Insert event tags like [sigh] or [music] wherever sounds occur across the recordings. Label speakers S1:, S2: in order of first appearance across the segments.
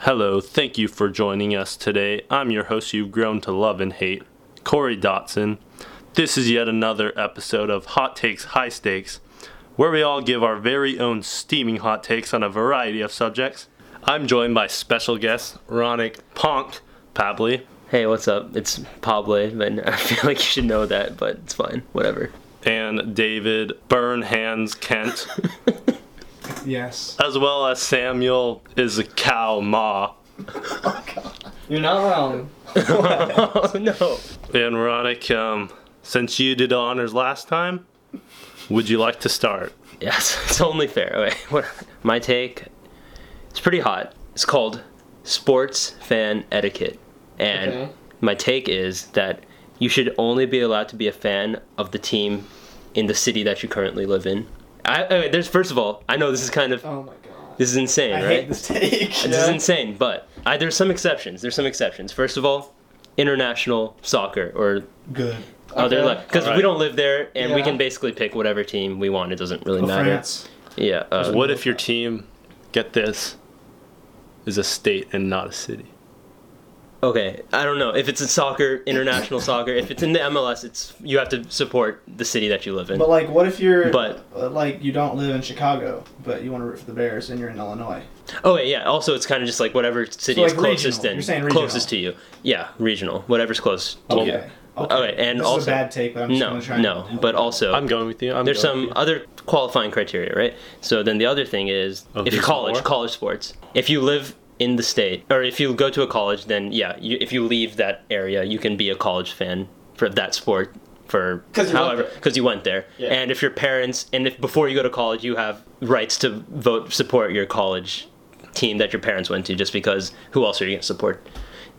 S1: Hello, thank you for joining us today. I'm your host you've grown to love and hate, Corey Dotson. This is yet another episode of Hot Takes High Stakes, where we all give our very own steaming hot takes on a variety of subjects. I'm joined by special guest, Ronick Punk Pabley,
S2: Hey, what's up? It's Pablo, and I feel like you should know that, but it's fine.
S3: [laughs]
S2: Whatever.
S1: and David Burn Hands Kent,
S3: Yes.
S1: as well as Samuel is a cow ma.
S3: You're not wrong.
S2: Oh no.
S1: And Ronick, um, since you did the honors last time, would you like to start?
S2: Yes, [laughs] it's only fair. Okay, what, my take. It's pretty hot. It's called sports fan etiquette, and
S3: Okay.
S2: my take is that you should only be allowed to be a fan of the team in the city that you currently live in. I, okay, there's first of all, I know this is kind of
S3: Oh my god.
S2: this is insane,
S3: I
S2: right?
S3: hate this take.
S2: This is
S3: [laughs]
S2: insane, but I, there's some exceptions. There's some exceptions. First of all, international soccer or
S3: Good.
S2: other like because
S1: Alright.
S2: we don't live there and we
S3: Yeah.
S2: can basically pick whatever team we want. It doesn't really
S3: Of
S2: matter.
S3: France.
S2: Yeah. Uh,
S1: What if your team, get this, is a state and not a city?
S2: Okay. I don't know if it's in soccer,
S3: [laughs]
S2: international soccer. If it's in the MLS, it's you have to support the city that you live in.
S3: But like, what if you're
S2: But-
S3: uh, like you don't live in Chicago, but you want to root for the Bears and you're in Illinois?
S2: Oh wait, yeah. Also, it's kind of just like whatever city
S3: So,
S2: is
S3: like,
S2: closest
S3: regional. You're saying
S2: in,
S3: regional.
S2: closest to you. Yeah, regional. Whatever's close. To
S3: Okay.
S2: you.
S3: Okay.
S2: Alright, and
S3: this is
S2: also-
S3: a bad take, but I'm just
S2: No,
S3: gonna try.
S2: no.
S3: and-
S2: But also,
S1: I'm going with you. I'm
S2: There's
S1: going
S2: some
S1: with
S2: other qualifying criteria, right? So then the other thing is
S1: Oh,
S2: if you
S1: there's
S2: college,
S1: more?
S2: college sports. If you live in the state, or if you go to a college, then yeah, you, if you leave that area, you can be a college fan for that sport for
S3: 'Cause you went
S2: however
S3: there.
S2: because you went there.
S1: Yeah.
S2: And if your parents and if before you go to college, you have rights to vote support your college team that your parents went to, just because who else are you going to support?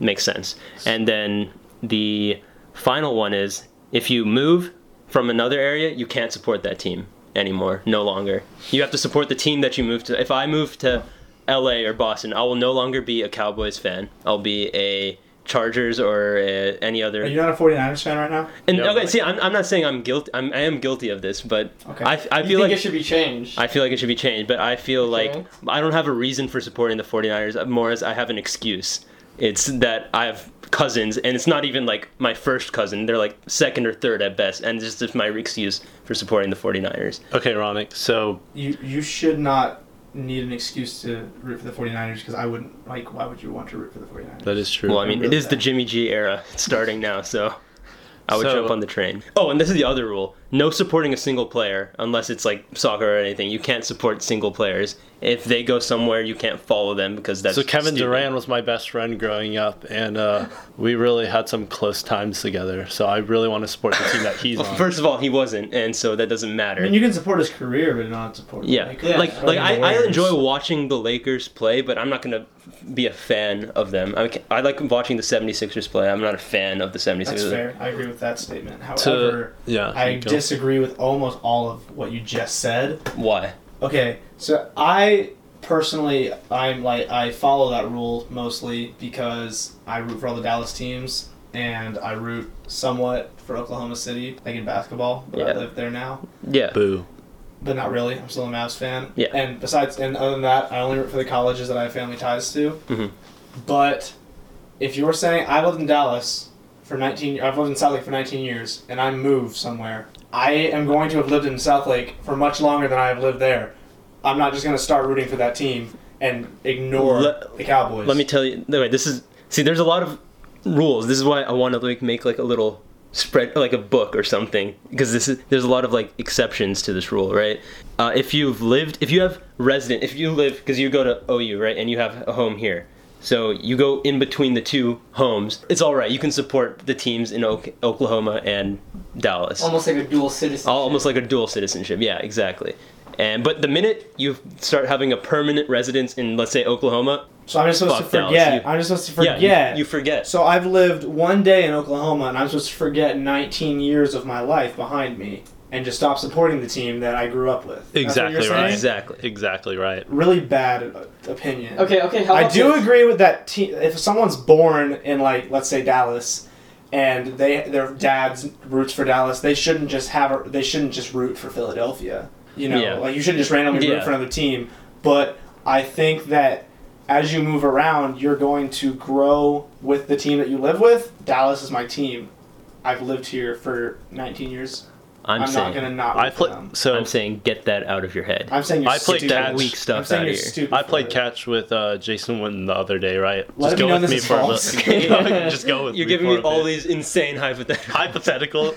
S2: Makes sense. And then the final one is if you move from another area, you can't support that team anymore, no longer. You have to support the team that you moved to. If I move to LA or Boston, I will no longer be a Cowboys fan. I'll be a Chargers or a, any other.
S3: Are you not a 49ers fan right now?
S2: and
S1: No,
S2: okay,
S1: like-
S2: see, I'm, I'm not saying I'm guilty. I'm, I am guilty of this, but
S3: Okay.
S2: I, I
S4: You
S2: feel
S4: think
S2: like
S4: it should be changed.
S2: I feel like it should be changed, but I feel
S4: Okay.
S2: like I don't have a reason for supporting the 49ers uh, more as I have an excuse. It's that I have cousins, and it's not even like my first cousin. They're like second or third at best, and it's just my excuse for supporting the 49ers.
S1: you. Okay, Ronick. So
S3: You you should not need an excuse to root for the 49ers because I wouldn't like. Why would you want to root for the 49ers?
S1: that is true.
S2: Well, I mean, it is the
S3: that.
S2: Jimmy G era. It's starting now, so I would
S1: So-
S2: jump on the train. Oh, and this is the other rule no supporting a single player unless it's like soccer or anything. You can't support single players. If they go somewhere, you can't follow them because that's.
S1: so Kevin
S2: stupid.
S1: Durant was my best friend growing up, and uh, we really had some close times together. So I really want to support the team that he's
S2: [laughs] Well,
S1: on.
S2: First of all, he wasn't, and so that doesn't matter.
S3: I mean, you can support his career, but not support. the
S2: Yeah,
S3: Lakers.
S2: like
S3: Or
S2: like
S3: the
S2: I, I
S3: Warriors.
S2: enjoy watching the Lakers play, but I'm not gonna be a fan of them. I, ca- I like watching the 76ers play. I'm not a fan of the 76ers.
S3: That's fair. I agree with that statement.
S1: To-
S3: However,
S1: yeah,
S3: I
S1: go.
S3: disagree with almost all of what you just said.
S2: Why?
S3: Okay, so I personally, I'm like I follow that rule mostly because I root for all the Dallas teams and I root somewhat for Oklahoma City, like in basketball. But I
S2: Yeah.
S3: live there now,
S2: Yeah.
S1: Boo.
S3: but not really. I'm still a Mavs fan.
S2: Yeah.
S3: And besides, and other than that, I only root for the colleges that I have family ties to.
S2: Mhm.
S3: But if you're saying I lived in Dallas for 19, I've lived in South Lake for 19 years, and I moved somewhere, I am going to have lived in South Lake for much longer than I have lived there. I'm not just going to start rooting for that team and ignore
S2: Let-
S3: the Cowboys.
S2: Let me tell you. No, wait, this is see. There's a lot of rules. This is why I want to like make like a little spread, like a book or something, because this is there's a lot of like exceptions to this rule, right? Uh, if you've lived, if you have resident, if you live, because you go to OU, right, and you have a home here. So you go in between the two homes. It's all right. You can support the teams in Ok- Oklahoma and Dallas.
S4: Almost like a dual citizen.
S2: Al- almost like a dual citizenship. Yeah, exactly. And but the minute you start having a permanent residence in, let's say, Oklahoma,
S3: so I'm just supposed to
S2: Fuck Dallas,
S3: forget.
S2: you-
S3: I'm just supposed to
S2: yeah,
S3: forget.
S2: you- you forget.
S3: so I've lived one day in Oklahoma, and I'm supposed to forget 19 years of my life behind me and just stop supporting the team that I grew up with. That's what
S1: Exactly
S3: you're
S1: right.
S3: saying?
S2: Exactly.
S1: Exactly right.
S3: Really bad uh, opinion.
S4: Okay, okay. How
S3: I
S4: about
S3: do
S4: this?
S3: agree with that. Te- if someone's born in like let's say Dallas, and they their dad's roots for Dallas, they shouldn't just have a, they shouldn't just root for Philadelphia. You know,
S2: Yeah.
S3: like you shouldn't just randomly
S2: Yeah.
S3: root for another team. But I think that as you move around, you're going to grow with the team that you live with. Dallas is my team. I've lived here for 19 years.
S2: I'm,
S3: I'm
S2: saying
S3: not gonna not.
S1: I
S3: root for
S1: play
S3: them.
S1: so
S2: I'm saying get that out of your head.
S3: I'm saying you're
S1: I played
S3: stupid.
S1: that
S2: weak stuff
S3: I'm saying
S2: out
S3: you're
S2: here.
S3: stupid
S1: I played
S3: for it.
S1: catch with uh, Jason Witten the other day, right?
S3: Let it be known this is false.
S1: [laughs]
S2: [laughs]
S1: bit. Just go with
S2: You're giving me
S1: for a
S2: all
S1: bit.
S2: these insane hypotheticals.
S1: [laughs] hypothetical,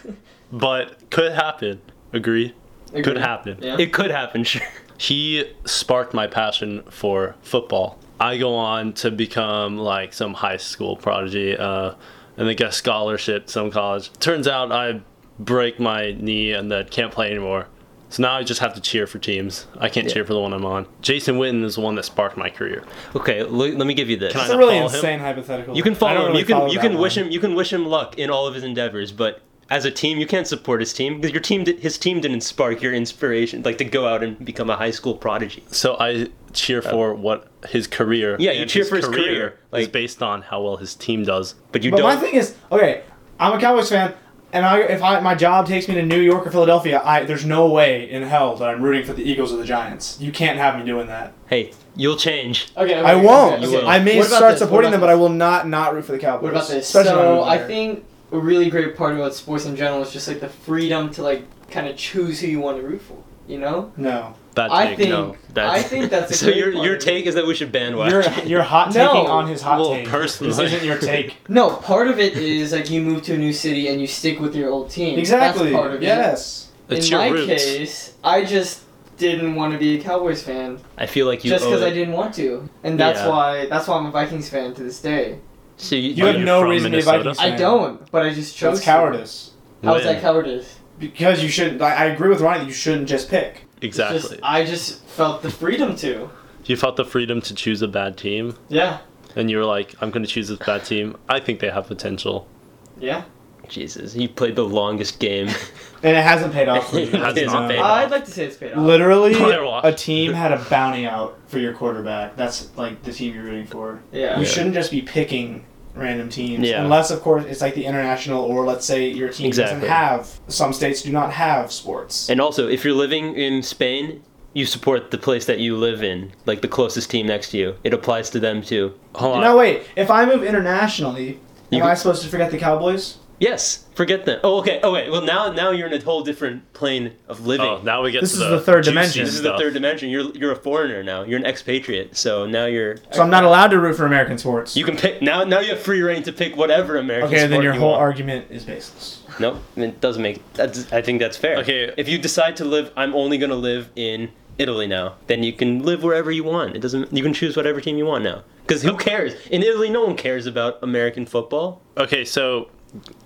S1: but could happen. Agree. Could
S4: Agreed.
S1: happen.
S4: Yeah.
S2: It could happen, sure.
S1: He sparked my passion for football. I go on to become like some high school prodigy, uh, and then get a scholarship to some college. Turns out I break my knee and then can't play anymore. So now I just have to cheer for teams. I can't
S2: Yeah.
S1: cheer for the one I'm on. Jason Witten is the one that sparked my career.
S2: Okay, l- let me give you this.
S1: Can I
S3: It's a
S1: not
S3: really
S1: follow him?
S3: insane hypothetical.
S2: You can
S3: I don't
S2: follow him.
S3: really
S2: you can
S3: follow
S2: you
S3: that
S2: can wish
S3: one.
S2: him you can wish him luck in all of his endeavors, but as a team, you can't support his team because your team did, his team didn't spark your inspiration like to go out and become a high school prodigy.
S1: So I cheer for what his career.
S2: Yeah, you
S1: and
S2: cheer for his career,
S1: is
S2: like-
S1: based on how well his team does.
S2: But you
S3: But my
S2: don't.
S3: thing is, okay, I'm a Cowboys fan, and I, if I, my job takes me to New York or Philadelphia, I, there's no way in hell that I'm rooting for the Eagles or the Giants. You can't have me doing that.
S2: hey, you'll change.
S4: Okay, okay,
S3: I won't.
S4: okay,
S2: You
S4: okay.
S2: will.
S3: I may
S4: What about
S3: start
S4: this? What
S3: supporting
S4: about
S3: them, but I
S4: this?
S3: will not not root for the Cowboys.
S4: What about this?
S3: Especially when
S4: so
S3: I'm
S4: I
S3: there.
S4: think a really great part about sports in general is just like the freedom to like kind of choose who you want to root for. You know,
S3: no.
S1: Bad
S4: I
S1: take,
S4: think
S1: no.
S4: I think that's a
S2: [laughs] so.
S4: great
S2: Your
S4: part
S2: your
S4: of it.
S2: take is that we should
S3: Your
S2: bandwagon.
S3: your hot taking
S4: [laughs] No.
S3: on his hot
S1: Well,
S3: take.
S1: personally.
S3: This isn't your take.
S4: No, part of it is like you move to a new city and you stick with your old team.
S3: Exactly.
S4: [laughs] That's part of it.
S3: Yes.
S1: It's
S4: in
S1: your
S4: my
S1: roots.
S4: case, I just didn't want to be a Cowboys fan
S2: I feel like you
S4: just
S2: owe
S4: because I
S2: it.
S4: didn't want to, and that's
S2: Yeah.
S4: why that's why I'm a Vikings fan to this day.
S2: So you,
S3: You
S1: Are
S3: have
S1: you
S3: no
S1: from
S3: reason to be
S1: Minnesota?
S3: Vikings
S4: I
S3: fan.
S4: don't, but I just chose.
S3: That's cowardice.
S4: To. How is
S1: When?
S4: that cowardice?
S3: Because you shouldn't. I, I agree with Ronnie that you shouldn't just pick.
S4: It's just-
S1: Exactly.
S4: I just felt the freedom to.
S1: you felt the freedom to choose a bad team,
S4: Yeah,
S1: and you were like, "I'm going to choose this bad team. I think they have potential."
S4: yeah.
S2: Jesus, you played the longest game. [laughs]
S3: And it hasn't paid off. For you.
S2: It hasn't
S3: No.
S1: paid off.
S4: I'd like to say it's paid
S2: [laughs]
S4: off.
S3: Literally,
S1: Player watch.
S3: a team had a bounty out for your quarterback. That's like the team you're rooting for.
S4: yeah.
S3: You shouldn't just be picking random teams,
S2: Yeah.
S3: unless of course it's like the international or let's say your team
S2: Exactly.
S3: doesn't have. Some states do not have sports.
S2: And also, if you're living in Spain, you support the place that you live in, like the closest team next to you. It applies to them too.
S1: Hold on.
S3: No, wait. If I move internationally,
S2: You
S3: am I
S2: could-
S3: supposed to forget the Cowboys?
S2: Yes, forget them. Oh, okay. Oh, wait. Well, now now you're in a whole different plane of living.
S1: Oh, now we get
S3: This
S1: to
S3: is the third
S1: juicy
S3: dimension.
S2: this is the
S1: stuff.
S2: third dimension. You're you're a foreigner now. You're an expatriate. So now you're
S3: So I'm not allowed to root for American sports.
S2: you can pick now. Now you have free reign to pick whatever American.
S3: okay, then
S2: sport
S3: your
S2: you
S3: whole
S2: want.
S3: argument is baseless.
S2: No, it doesn't make. That's, I think that's fair.
S1: Okay.
S2: If you decide to live, I'm only gonna live in Italy now. Then you can live wherever you want. It doesn't. You can choose whatever team you want now. Because who cares? In Italy, no one cares about American football.
S1: Okay, so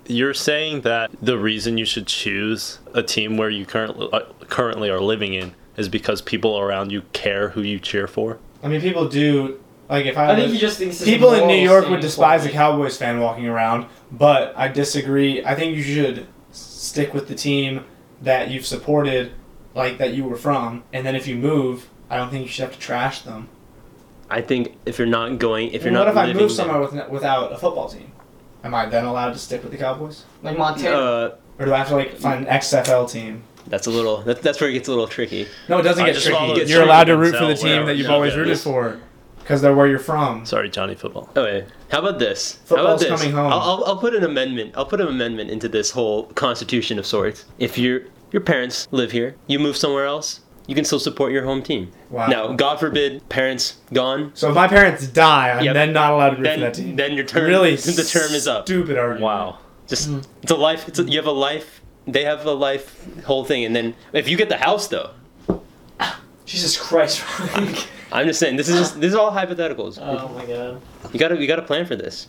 S1: you're saying that the reason you should choose a team where you currently uh, currently are living in is because people around you care who you cheer for.
S3: I mean, people do. Like if I,
S4: I think
S3: was-
S4: he just thinks it's a
S3: people in New
S4: moral
S3: York
S4: standpoint.
S3: would despise a Cowboys fan walking around, but I disagree. I think you should stick with the team that you've supported, like that you were from, and then if you move, I don't think you should have to trash them.
S2: I think if you're not going, if you're
S3: Well,
S2: not
S3: what if I
S2: living
S3: move
S2: there-
S3: somewhere with, without a football team? Am I then allowed to stick with the Cowboys,
S4: Like Montana.
S2: uh,
S3: or do I have to like find an XFL team?
S2: that's a little. That, that's where it gets a little tricky.
S3: No, it doesn't
S1: I
S3: get
S1: just
S3: tricky.
S1: follow the
S3: You're allowed to
S1: team
S3: root for the
S1: and tell
S3: team that you've
S1: where-
S3: always
S1: yeah.
S3: rooted for, because they're where you're from.
S1: Sorry, Johnny Football.
S2: Okay. How about this?
S3: Football's
S2: How about this?
S3: coming home.
S2: I'll, I'll, I'll put an amendment. I'll put an amendment into this whole constitution of sorts. If your your parents live here, you move somewhere else, you can still support your home team.
S3: Wow.
S2: Now, God forbid, parents gone,
S3: So if my parents die, I'm
S2: Yep.
S3: then not allowed to root for
S2: then
S3: that team.
S2: then your term
S3: [laughs]
S2: [laughs]
S3: really,
S2: the term is up.
S3: Stupid argument.
S1: Wow.
S2: Just it's a life. It's a, you have a life. They have a life whole thing, and then if you get the house though,
S4: Jesus Christ, [laughs] Frank.
S2: I'm just saying this is just, this is all hypotheticals.
S3: Uh.
S4: oh my god.
S2: You gotta you gotta plan for this.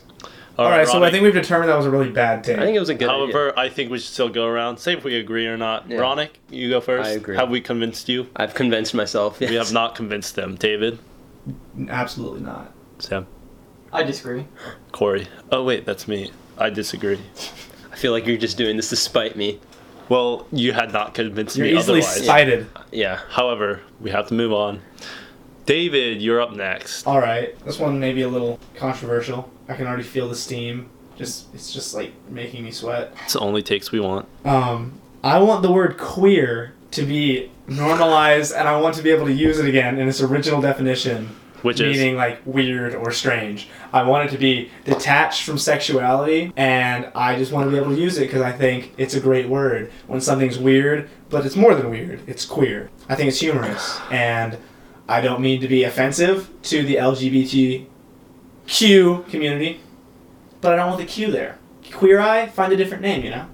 S3: All right, so
S1: Ronnie.
S3: I think we've determined that was a really bad take.
S2: I think it was a good. idea.
S1: However, I think we should still go around, say if we agree or not.
S2: Yeah.
S1: Ronick, you go first.
S2: I agree.
S1: Have we convinced you?
S2: I've convinced myself.
S1: We
S2: [laughs] yes.
S1: have not convinced them. David,
S3: Absolutely not.
S1: Sam,
S4: I disagree.
S1: Corey. Oh wait, that's me. I disagree.
S2: I feel like you're just doing this to spite me.
S1: Well, you had not convinced
S3: You're
S1: me
S3: easily
S1: otherwise.
S3: cited.
S2: Yeah.
S1: However, we have to move on. David, you're up next.
S3: All right, this one may be a little controversial. I can already feel the steam. Just it's just like making me sweat.
S1: It's the only takes we want.
S3: Um, I want the word queer to be normalized, and I want to be able to use it again in its original definition.
S1: Which is-
S3: meaning like weird or strange. I wanted to be detached from sexuality, and I just want to be able to use it because I think it's a great word when something's weird, but it's more than weird. It's queer. I think it's humorous, and I don't mean to be offensive to the LGBTQ community, but I don't want the Q there. Queer eye, find a different name, you know.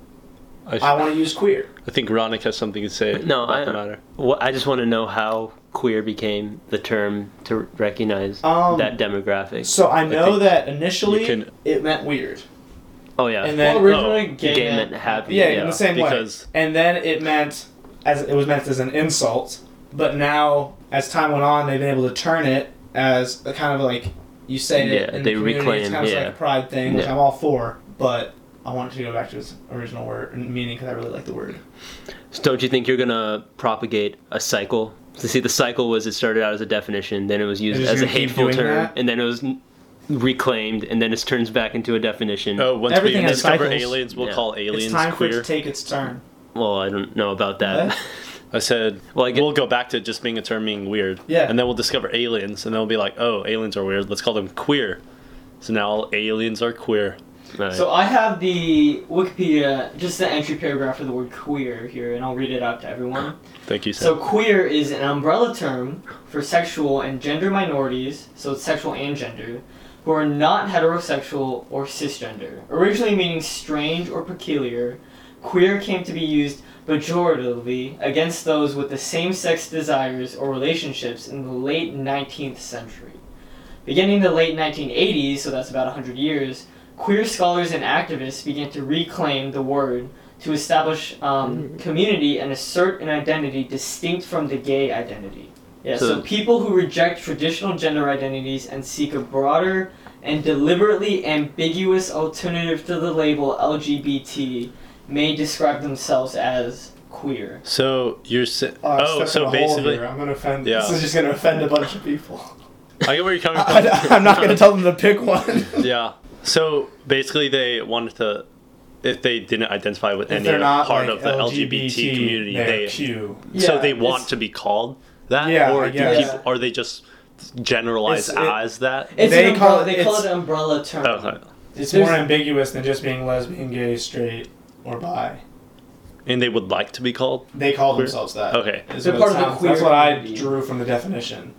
S1: I,
S3: I want to use queer.
S1: I think Ronick has something to say
S2: No,
S1: about
S2: I-
S1: the matter.
S2: Well, I just want to know how queer became the term to recognize
S3: Um,
S2: that demographic.
S3: So I know
S1: think
S3: that initially
S1: you can-
S3: it meant weird,
S2: oh yeah,
S3: and then
S4: well, originally gay,
S2: gay
S4: men.
S2: meant happy.
S3: yeah, in the same
S1: because-
S3: way. And then it meant as it was meant as an insult, but now as time went on, they've been able to turn it as a kind of like you say it
S2: Yeah,
S3: in
S2: they
S3: the community. it's
S2: reclaim,
S3: kind of
S2: yeah.
S3: like a pride thing, which
S2: Yeah.
S3: I'm all for, but. I want it to go back to its original word meaning because I really like the word.
S2: So don't you think you're gonna propagate a cycle? So see, the cycle was it started out as a definition, then it was used
S3: And it's
S2: as a
S3: gonna keep
S2: hateful
S3: doing
S2: term,
S3: that?
S2: and then it was n- reclaimed, and then it turns back into a definition.
S1: Oh, once
S3: Everything
S1: we
S3: has
S1: discover
S3: cycles.
S1: aliens, we'll
S2: Yeah.
S1: call aliens
S3: it's time for it
S1: queer.
S3: to take its turn.
S2: Well, I don't know about that.
S3: What?
S1: I said,
S2: Well, I get-
S1: we'll go back to just being a term being weird.
S3: Yeah.
S1: And then we'll discover aliens, and then we'll be like, oh, aliens are weird. Let's call them queer. So now all aliens are queer.
S2: Alright.
S4: So I have the Wikipedia, just the entry paragraph for the word queer here, and I'll read it out to everyone.
S1: Thank you, Sam.
S4: So queer is an umbrella term for sexual and gender minorities, so it's sexual and gender, who are not heterosexual or cisgender. Originally meaning strange or peculiar, queer came to be used pejoratively against those with the same sex desires or relationships in the late 19th century. Beginning the late 1980s, so that's about 100 years, queer scholars and activists began to reclaim the word to establish um, community and assert an identity distinct from the gay identity. Yeah, so,
S2: So-
S4: people who reject traditional gender identities and seek a broader and deliberately ambiguous alternative to the label LGBT may describe themselves as queer.
S1: So you're si-
S3: I'm
S1: oh,
S3: stuck in
S1: so
S3: a hole
S1: basically,
S3: here. I'm gonna offend.
S1: Yeah.
S3: This is just gonna offend a bunch
S1: [laughs]
S3: of people.
S2: [laughs]
S1: I get where you're coming from.
S3: I, am not
S1: [laughs]
S3: gonna tell them to pick one.
S1: Yeah. So basically, they wanted to, if they didn't identify with [laughs]
S3: If
S1: any
S3: they're not
S1: part
S3: like,
S1: of the LGBT, community,
S3: they're
S1: they
S3: Q.
S1: so
S4: Yeah,
S1: they want
S4: it's-
S1: to be called that,
S3: Yeah, I
S1: or do
S3: guess.
S1: people are they just generalized
S3: It's- it-
S1: as that? Oh,
S4: It's
S3: They
S4: an
S3: call
S4: umbrella,
S3: it-
S4: they call
S3: it's-
S4: it an umbrella term.
S1: Okay.
S3: It's
S4: There's-
S3: more ambiguous than just being lesbian, gay, straight, or bi.
S1: And they would like to be called.
S3: They call
S1: Queer. Oh.
S3: themselves that.
S1: Okay.
S3: Is
S4: They're
S3: what it
S4: part of the
S3: sounds-
S4: queer
S3: That's what I
S4: community.
S3: drew from the definition.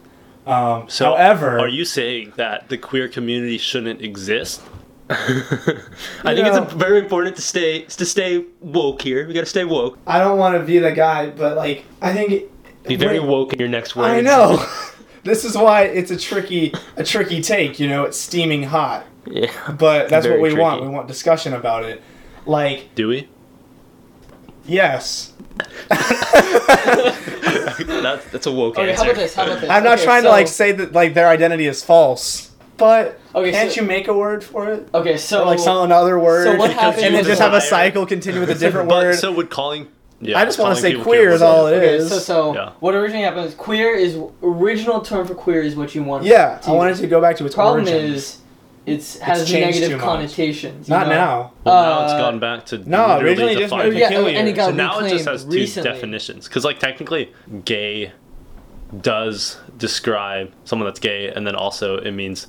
S3: Um,
S1: So
S3: however,
S1: Are you saying that the queer community shouldn't exist?
S2: [laughs] I think it's a, very important to stay to stay woke here. We gotta stay woke.
S3: I don't want to be the guy, but like I think
S2: Be very
S3: Wait,
S2: woke in your next words.
S3: I know. [laughs] this is why it's a tricky, a tricky take. You know, it's steaming hot,
S2: [laughs] Yeah.
S3: but that's
S2: Very
S3: what we want.
S2: tricky.
S3: We want discussion about it. Like
S1: Do we? [laughs]
S3: yes,
S2: That's that's a woke
S4: Okay,
S2: answer.
S4: how about this? How about this?
S3: I'm not
S4: Okay,
S3: trying to
S4: so-
S3: like say that like their identity is false, but
S4: Okay,
S3: can't
S4: so-
S3: you make a word for it?
S4: Okay, so
S3: Or, like some another word,
S4: what
S1: happens-
S3: and then just have a
S1: desire-
S3: cycle continue with a
S1: [laughs]
S3: different
S1: but
S3: word.
S1: so would calling. Yeah,
S3: I just want
S1: calling
S3: to say
S1: people
S3: queer is
S1: would-
S3: all it
S4: Okay,
S3: is.
S4: so so
S1: Yeah.
S4: what originally happened is queer is original term for queer is what you want.
S3: yeah,
S4: to
S3: I wanted to go back to its
S4: problem
S3: origin.
S4: is it's has
S3: changed too
S4: negative
S3: much.
S4: connotations. you
S3: Not
S4: know?
S3: now.
S1: Well, now it's
S4: Uh,
S1: gone back to
S3: No,
S1: literally
S3: originally just
S1: defining-
S3: meant
S4: Yeah,
S3: peculiar.
S4: and it got
S3: So
S1: So now it just has two
S4: recently.
S1: definitions. Because, like, technically, gay does describe someone that's gay, and then also it means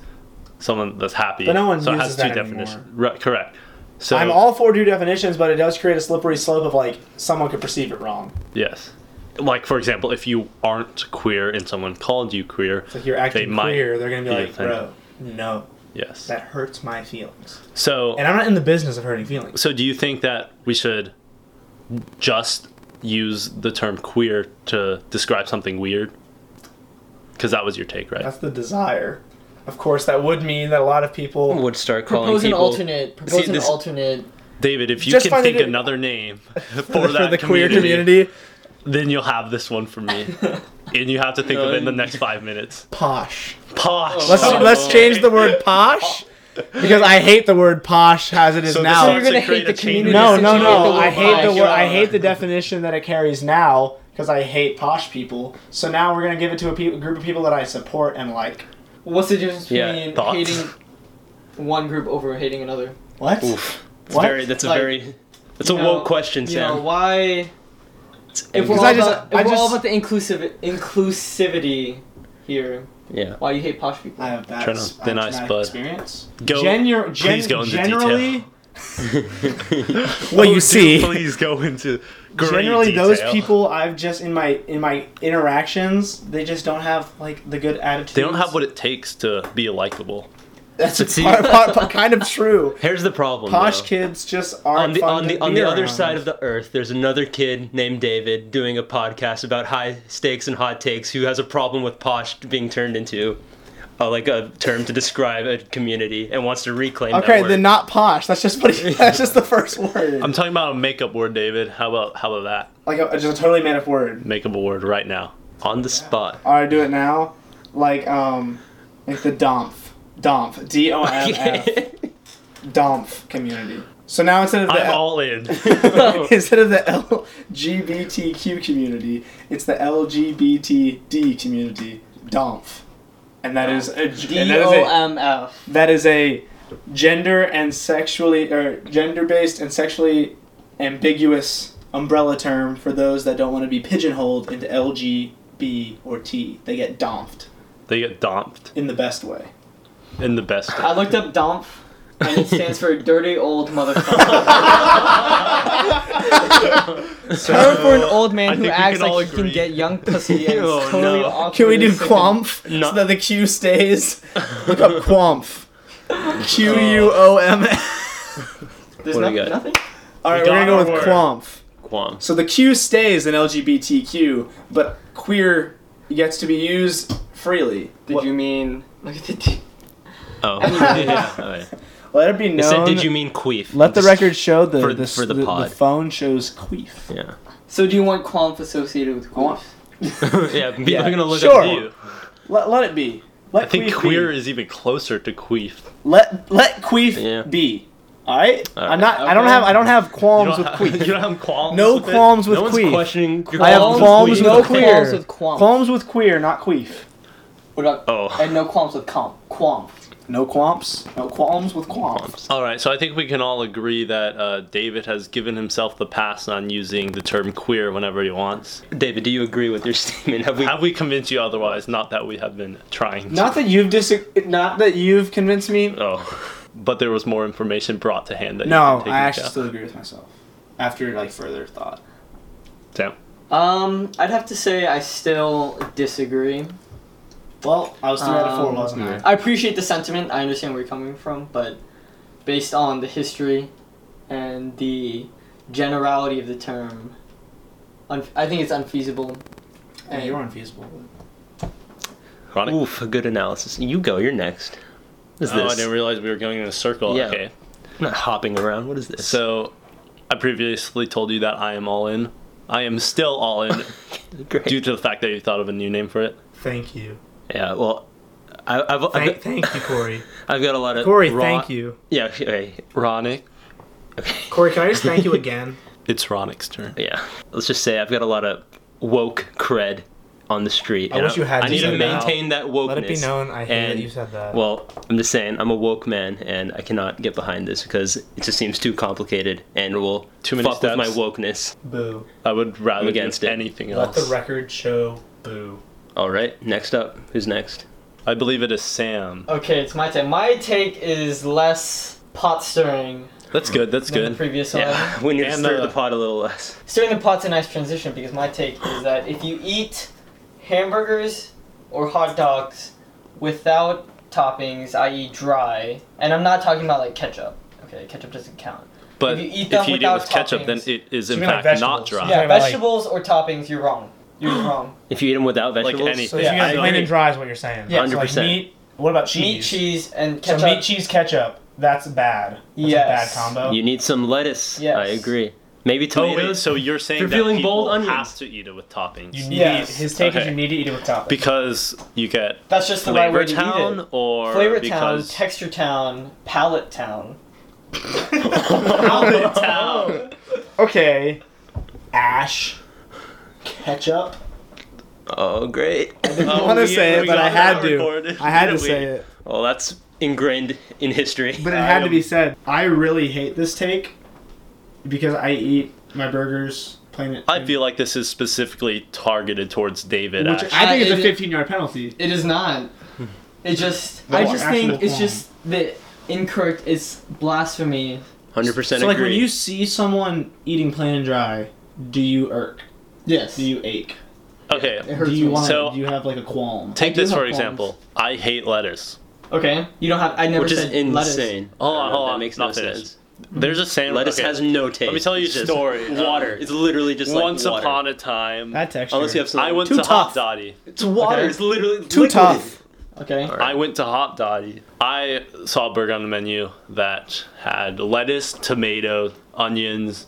S1: someone that's happy.
S3: But no one
S1: so it has
S3: uses
S1: two
S3: that anymore.
S1: definitions. Right, correct. So
S3: I'm all for two definitions, but it does create a slippery slope of like someone could perceive it wrong.
S1: yes. Like for example, if you aren't queer and someone called you queer,
S3: It's like you're acting
S1: might
S3: queer, they're gonna be
S1: be
S3: like,
S1: offended.
S3: bro, no,
S1: yes.
S3: that hurts my feelings,
S1: So
S3: and I'm not in the business of hurting feelings.
S1: so do you think that we should just use the term queer to describe something weird? Because that was your take, right?
S3: That's the desire. Of course, that would mean that a lot of people
S2: would start calling
S4: Propose an
S2: people
S4: alternate. Propose an
S1: this-
S4: alternate.
S1: David, if you
S3: Just
S1: can
S3: find
S1: think
S3: it-
S1: another
S3: [laughs]
S1: name for,
S3: for
S1: that
S3: the queer
S1: community,
S3: community,
S1: then you'll have this one for
S3: [laughs]
S1: me. and you have to think of it in the next five minutes.
S3: posh.
S1: Posh.
S3: Let's
S2: Oh.
S3: let's change the word posh because I hate the word posh as it is
S1: So this
S3: now.
S4: So you're
S1: starts
S4: gonna
S1: to create
S4: hate the
S1: a chain
S4: community.
S3: No,
S1: reaction.
S4: Since
S3: no, no.
S4: you hate the
S3: I
S4: word
S3: hate the
S4: posh,
S3: word. I
S4: uh,
S3: hate the definition that it carries now because I hate posh people. So now we're gonna give it to a, pe- a group of people that I support and like.
S4: What's the difference
S2: Yeah,
S4: between
S1: thoughts?
S4: hating one group over hating another?
S3: What?
S2: Oof. It's
S3: What?
S2: very. That's a
S4: Like,
S2: very. That's a
S4: you know-
S2: woke question,
S4: You know
S2: Sam. [laughs]
S4: why? If we're
S3: Because
S4: all
S3: I just-
S4: about, if
S3: I
S4: we're all
S3: just-
S4: about the inclusive inclusivity here,
S2: Yeah.
S4: Why you hate posh people?
S3: I have that
S1: Turn on
S3: ex-
S1: thin ice,
S3: traumatic
S1: bud.
S3: experience.
S1: Go. [laughs]
S3: Genu- gen-
S1: please go into
S3: generally,
S1: detail.
S5: What
S1: Oh,
S5: you
S1: do
S5: see.
S1: Please go into great
S3: generally
S1: detail.
S3: those people I've just in my in my interactions, they just don't have like the good attitude.
S1: They don't have what it takes to be likable.
S3: That's
S2: See?
S3: part- part- part- kind of true.
S2: Here's the problem.
S3: Posh
S2: though.
S3: kids just aren't
S2: on the
S3: fun
S2: on
S3: to
S2: the on
S3: be
S2: the other
S3: around.
S2: side of the earth, there's another kid named David doing a podcast about high stakes and hot takes who has a problem with posh being turned into uh, like a term to describe a community and wants to reclaim.
S3: Okay,
S2: that
S3: then
S2: word.
S3: not posh. That's
S2: [laughs]
S3: just what he, that's just the first word.
S1: I'm talking about a makeup word, David. How about how about that
S3: like a, just a totally made up word.
S1: makeup word right now?
S2: on the spot.
S3: All right, do it now. Like um, like the Domph, Domph, D O M
S2: [laughs]
S3: F, Domph community. So now instead of the
S1: I'm
S2: [laughs]
S3: L- [laughs]
S1: all in.
S2: Oh.
S3: instead of the LGBTQ community, it's the LGBTD community, Domph, and that is a, and that is a-
S4: D-O-M-F.
S3: that is a gender and sexually or gender based and sexually ambiguous umbrella term for those that don't want to be pigeonholed into L G B or T. They get domped
S1: they get domped
S3: in the best way.
S1: in the best.
S4: I looked up DOMF, and it stands for Dirty Old Motherfucker.
S1: [laughs]
S4: Term for an old
S1: I
S4: man who
S1: think we
S4: acts
S1: can all
S4: like he can
S1: agree.
S4: get young
S1: [laughs]
S4: pussy and
S2: Oh,
S4: it's totally
S2: no.
S4: awkward.
S3: Can we do
S4: and sickening.
S3: quamph
S2: No.
S3: so that the Q stays? Look up quamph. Q U O M.
S4: There's
S2: What do
S4: no,
S2: we got?
S4: nothing?
S3: All right,
S1: We
S3: we're
S1: got
S3: gonna
S1: our
S3: go with
S1: word.
S3: quamph.
S2: Quam.
S3: So the Q stays in LGBTQ, but queer gets to be used freely.
S4: Did
S3: What-
S4: you mean... Look at the D.
S3: [laughs]
S2: Oh, yeah. all right.
S3: let it be
S2: I
S3: known.
S2: said, did you mean queef?
S3: Let the
S2: Just- [laughs]
S3: record show the
S2: for-
S3: the,
S2: for the
S3: the, the
S2: pod.
S3: phone shows queef.
S2: Yeah.
S4: So do you want quamph associated with queef?
S3: want-
S2: yeah. People
S3: Yeah.
S2: are gonna look
S3: Sure.
S2: up to you.
S3: Let, let it be. Let
S1: I think
S3: queef
S1: queer
S3: be.
S1: is even closer to queef.
S3: Let let queef
S2: Yeah.
S3: be. All right?
S2: All
S3: I'm
S2: right.
S3: not. I don't
S4: Okay.
S3: have. I don't have
S1: You
S3: qualms
S1: don't
S3: with
S1: have- [laughs]
S3: queef.
S1: You don't have qualms.
S3: No
S1: with it?
S3: qualms with
S2: no one's
S3: queef.
S2: questioning. your
S1: I have
S2: qualms
S1: qualms
S2: with
S4: No
S3: with
S2: queef.
S3: queer.
S4: qualms with quamp.
S3: Qualms with queer, not queef.
S4: What about...
S2: Oh.
S4: And no qualms with comp. Quamp.
S3: No qualms. No qualms with qualms.
S1: All right, so I think we can all agree that uh, David has given himself the pass on using the term queer whenever he wants.
S2: David, do you agree with your [laughs] statement? Have we?
S1: Have we convinced you otherwise? Not that we have been trying. to.
S3: Not that you've dis. Not that you've convinced me.
S1: Oh, but there was more information brought to hand that
S3: No,
S1: you can take
S3: I actually
S1: into
S3: still agree with myself. After like further thought.
S1: account.
S4: Um, I'd have to say I still disagree.
S3: Well, I was three out of four,
S4: Um,
S3: wasn't I?
S4: I appreciate the sentiment. I understand where you're coming from, but based on the history and the generality of the term, un- I think it's unfeasible.
S3: Yeah,
S4: And
S3: you're unfeasible.
S1: Damn. Chronic.
S2: Oof, a good analysis. You go. You're next. What is
S1: Oh, I
S2: this?
S1: didn't realize we were going in a circle.
S2: Yeah.
S1: Okay.
S2: I'm not hopping around. What is this?
S1: So, I previously told you that I am all in. I am still all
S2: [laughs]
S1: in
S2: [laughs] Great.
S1: due to the fact that you thought of a new name for it.
S3: Thank you.
S2: Yeah. Well, I, I've I've,
S3: Thank,
S2: got-
S3: thank you, Corey.
S2: I've got [laughs] a lot of
S3: Corey,
S2: raw-
S3: thank you.
S2: Yeah. Okay.
S1: Ronick.
S3: Corey, can I just thank you
S2: [laughs]
S3: [laughs] again?
S1: It's Ronick's turn.
S2: Yeah. Let's just say I've got a lot of woke cred on the street.
S3: I
S2: and
S3: wish you had
S2: I need
S1: just
S2: to
S1: said that.
S2: maintain that wokeness.
S3: Let it be known I hate that you said that.
S2: Well, I'm just saying I'm a woke man, and I cannot get behind this because it just seems too complicated and will
S1: Too many
S2: fuck
S1: steps.
S2: with my wokeness.
S3: boo.
S1: I would rather
S2: I'm
S1: against
S2: against it.
S1: anything
S3: Let
S1: else.
S3: the record show boo.
S2: All right. Next up, who's next?
S1: I believe it is Sam.
S4: okay, it's my take. My take is less pot stirring
S1: That's good. That's
S4: than the
S1: good.
S4: previous one.
S2: Yeah. We need to
S1: And,
S2: stir
S1: uh,
S2: the pot a little less.
S4: Stirring the pot's a nice transition because my take is that if you eat hamburgers or hot dogs without toppings, i.e., dry, and I'm not talking about like ketchup. Okay, ketchup doesn't count.
S1: But
S4: If you eat
S1: if you,
S4: them
S1: eat it
S4: without
S1: with ketchup, then
S4: toppings.
S1: it is
S3: You
S1: in
S3: mean like
S1: fact not
S3: vegetables.
S1: dry.
S4: yeah,
S3: talking about, like-
S4: vegetables or toppings, you're wrong. You're wrong.
S2: If you eat them without
S1: Like
S2: vegetables,
S1: any-
S3: So
S4: Yeah,
S3: you guys
S1: I
S3: plain
S1: agree.
S3: and dry is what you're saying.
S4: Yeah.
S3: So, like,
S2: 100%.
S3: meat. What about cheese?
S4: Meat, cheese, and
S3: So
S4: ketchup.
S3: meat, cheese, ketchup. That's bad. That's
S4: Yes.
S3: a bad combo.
S2: you need some lettuce.
S4: Yes.
S2: I agree. Maybe
S1: Oh
S2: tomatoes.
S1: wait, [laughs] so you're saying
S2: You're
S1: that
S2: feeling
S1: people
S2: bold onions.
S1: has to eat it with toppings
S3: You need
S4: Yes.
S3: his take is
S1: Okay.
S3: you need to eat it with toppings.
S1: because you get
S4: That's just the right
S1: Flavor
S4: way to eat
S1: Town
S4: it.
S1: or
S4: Flavor town,
S1: because
S4: texture town, palate town.
S1: Palate Town.
S3: okay. Ash. Ketchup.
S2: [laughs] Oh, great.
S3: I
S1: Oh.
S3: want to say it, but I had to. I had to say it.
S2: Well, Oh, that's ingrained in history.
S3: But it had to be said. I really hate this take because I eat my burgers
S4: planet.
S1: I feel like this is specifically targeted towards David.
S3: Which
S1: actually.
S3: I think
S4: I-
S3: it's
S4: it-
S3: a 15 yard penalty.
S4: It is not. It just.
S3: No,
S4: I just think
S3: actually,
S4: it's
S3: wrong.
S4: just the incorrect. It's blasphemy.
S2: Hundred percent
S3: So,
S2: agree.
S3: like, when you see someone eating plain and dry, do you irk?
S4: Yes.
S3: Do you ache?
S1: okay,
S4: It hurts
S3: do you
S4: me.
S3: want?
S1: So-
S3: do you have like a qualm?
S1: take
S4: do
S1: this
S4: have
S1: for
S4: qualms.
S1: example. I hate lettuce.
S4: Okay. You don't have. I never
S2: which is
S4: said lettuce.
S2: insane.
S1: Hold
S2: I
S1: on,
S2: don't know,
S1: hold
S2: that
S1: on.
S2: Makes
S1: Not
S2: no
S1: finished.
S2: sense.
S1: There's a sandwich.
S2: Lettuce
S1: okay.
S2: has no taste.
S1: me tell you
S2: It's
S1: a
S2: just
S1: story.
S2: Water.
S1: Um,
S2: it's literally just like
S1: Once
S2: water.
S1: upon a time,
S3: That texture.
S2: Unless you have some.
S1: I went
S3: Too
S1: to
S3: tough.
S1: Hot Dottie.
S2: It's water.
S4: Okay.
S2: It's literally
S5: Too
S2: liquid.
S5: tough.
S4: Okay.
S2: All right.
S1: I went to Hot Dottie. I saw a burger on the menu that had lettuce, tomato, onions,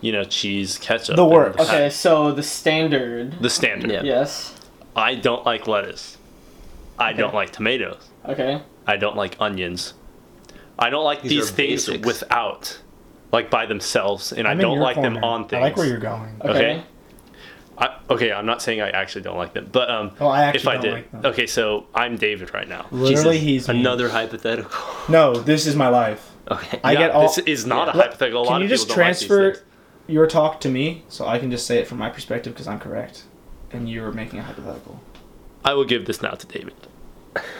S1: you know, cheese, ketchup.
S3: The
S1: and
S3: works.
S4: Okay. So the standard.
S1: The standard.
S2: Yeah.
S4: Yes.
S1: I don't like lettuce. I don't like tomatoes.
S4: Okay.
S1: I don't like onions. I don't like
S2: These
S1: these,
S2: are
S1: things
S2: basics.
S1: without, like by themselves, and
S3: I'm
S1: I
S3: in
S1: don't
S3: your
S1: like them
S3: corner.
S1: on things.
S3: I like where you're going.
S4: Okay.
S1: Okay. I, okay, I'm not saying I actually don't like them, but um,
S3: Oh, I actually
S1: if I
S3: don't
S1: did,
S3: like them.
S1: okay, so I'm David right now.
S3: Literally, he's me.
S2: another hypothetical.
S3: No, this is my life.
S2: Okay.
S3: I
S1: Yeah,
S3: get all.
S1: This is not a
S3: Let-
S1: hypothetical. A lot
S3: can you
S1: of
S3: just
S1: people don't like these
S3: transfer
S1: things.
S3: your talk to me so I can just say it from my perspective because I'm correct, and you're making a hypothetical.
S1: I will give this now to David.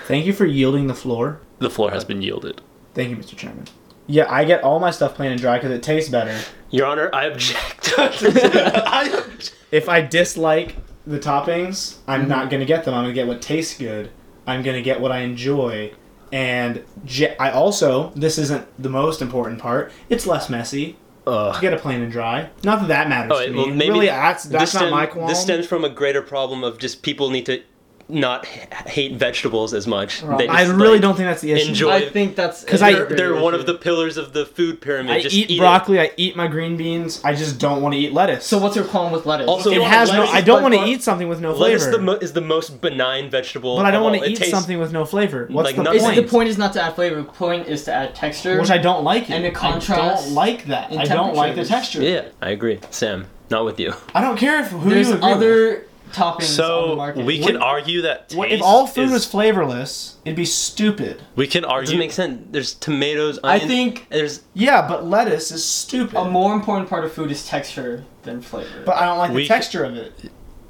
S3: Thank you for yielding the floor.
S1: The floor has been yielded.
S3: Thank you, Mr. Chairman. Yeah, I get all my stuff plain and dry because it tastes better.
S2: Your Honor, I
S1: [laughs]
S2: object. [laughs]
S1: I-
S3: [laughs] If I dislike the toppings, I'm not gonna get them. I'm gonna get what tastes good. I'm gonna get what I enjoy. And j- I also, this isn't the most important part. It's less messy.
S1: Ugh.
S3: Get a plain and dry. Not that that matters
S2: All right,
S3: to me.
S2: well, maybe
S3: really, that's
S2: this
S3: that's not
S2: stem-
S3: my qualm.
S2: This stems from a greater problem of just people need to not h- hate vegetables as much.
S4: Right.
S2: They just,
S3: I really
S2: like,
S3: don't think that's the issue.
S2: enjoy-
S4: I think that's.
S3: 'Cause I-
S2: They're, they're one of the pillars of the food pyramid.
S3: I
S2: just
S3: eat,
S2: it.
S3: broccoli. I eat my green beans. I just don't want to eat lettuce.
S4: So what's your qualm with lettuce?
S2: Also-
S3: it
S2: You want
S3: has no.
S2: lettuce
S3: I
S2: is
S3: don't
S2: by
S3: want to
S2: far-
S3: eat something with no
S2: Lettuce
S3: flavor.
S2: the mo- is the most benign vegetable.
S3: but I don't
S2: of all.
S3: want to
S2: It
S3: eat
S2: tastes-
S3: something with no flavor. What's
S2: like
S3: the
S2: nothing.
S4: It's-
S3: point?
S4: the point is not to add flavor. The point is to add texture.
S3: Which I don't like. It.
S4: And the
S3: I
S4: contrast
S3: don't like that.
S4: in
S3: I don't like the
S4: temperatures.
S3: texture.
S2: Yeah, I agree, Sam. Not with you.
S3: I don't care if who
S4: There's
S3: you agree with.
S4: other toppings on the
S1: So
S4: market.
S1: we can argue that
S3: What-
S1: taste
S3: If all food
S1: is,
S3: was flavorless, it'd be stupid.
S1: we can
S2: Doesn't
S1: argue.
S2: make sense. There's tomatoes.
S4: I
S2: Onions,
S4: think
S2: there's
S3: Yeah, but lettuce is stupid.
S4: a more important part of food is texture than flavor.
S3: but I don't like the
S1: We-
S3: texture of it.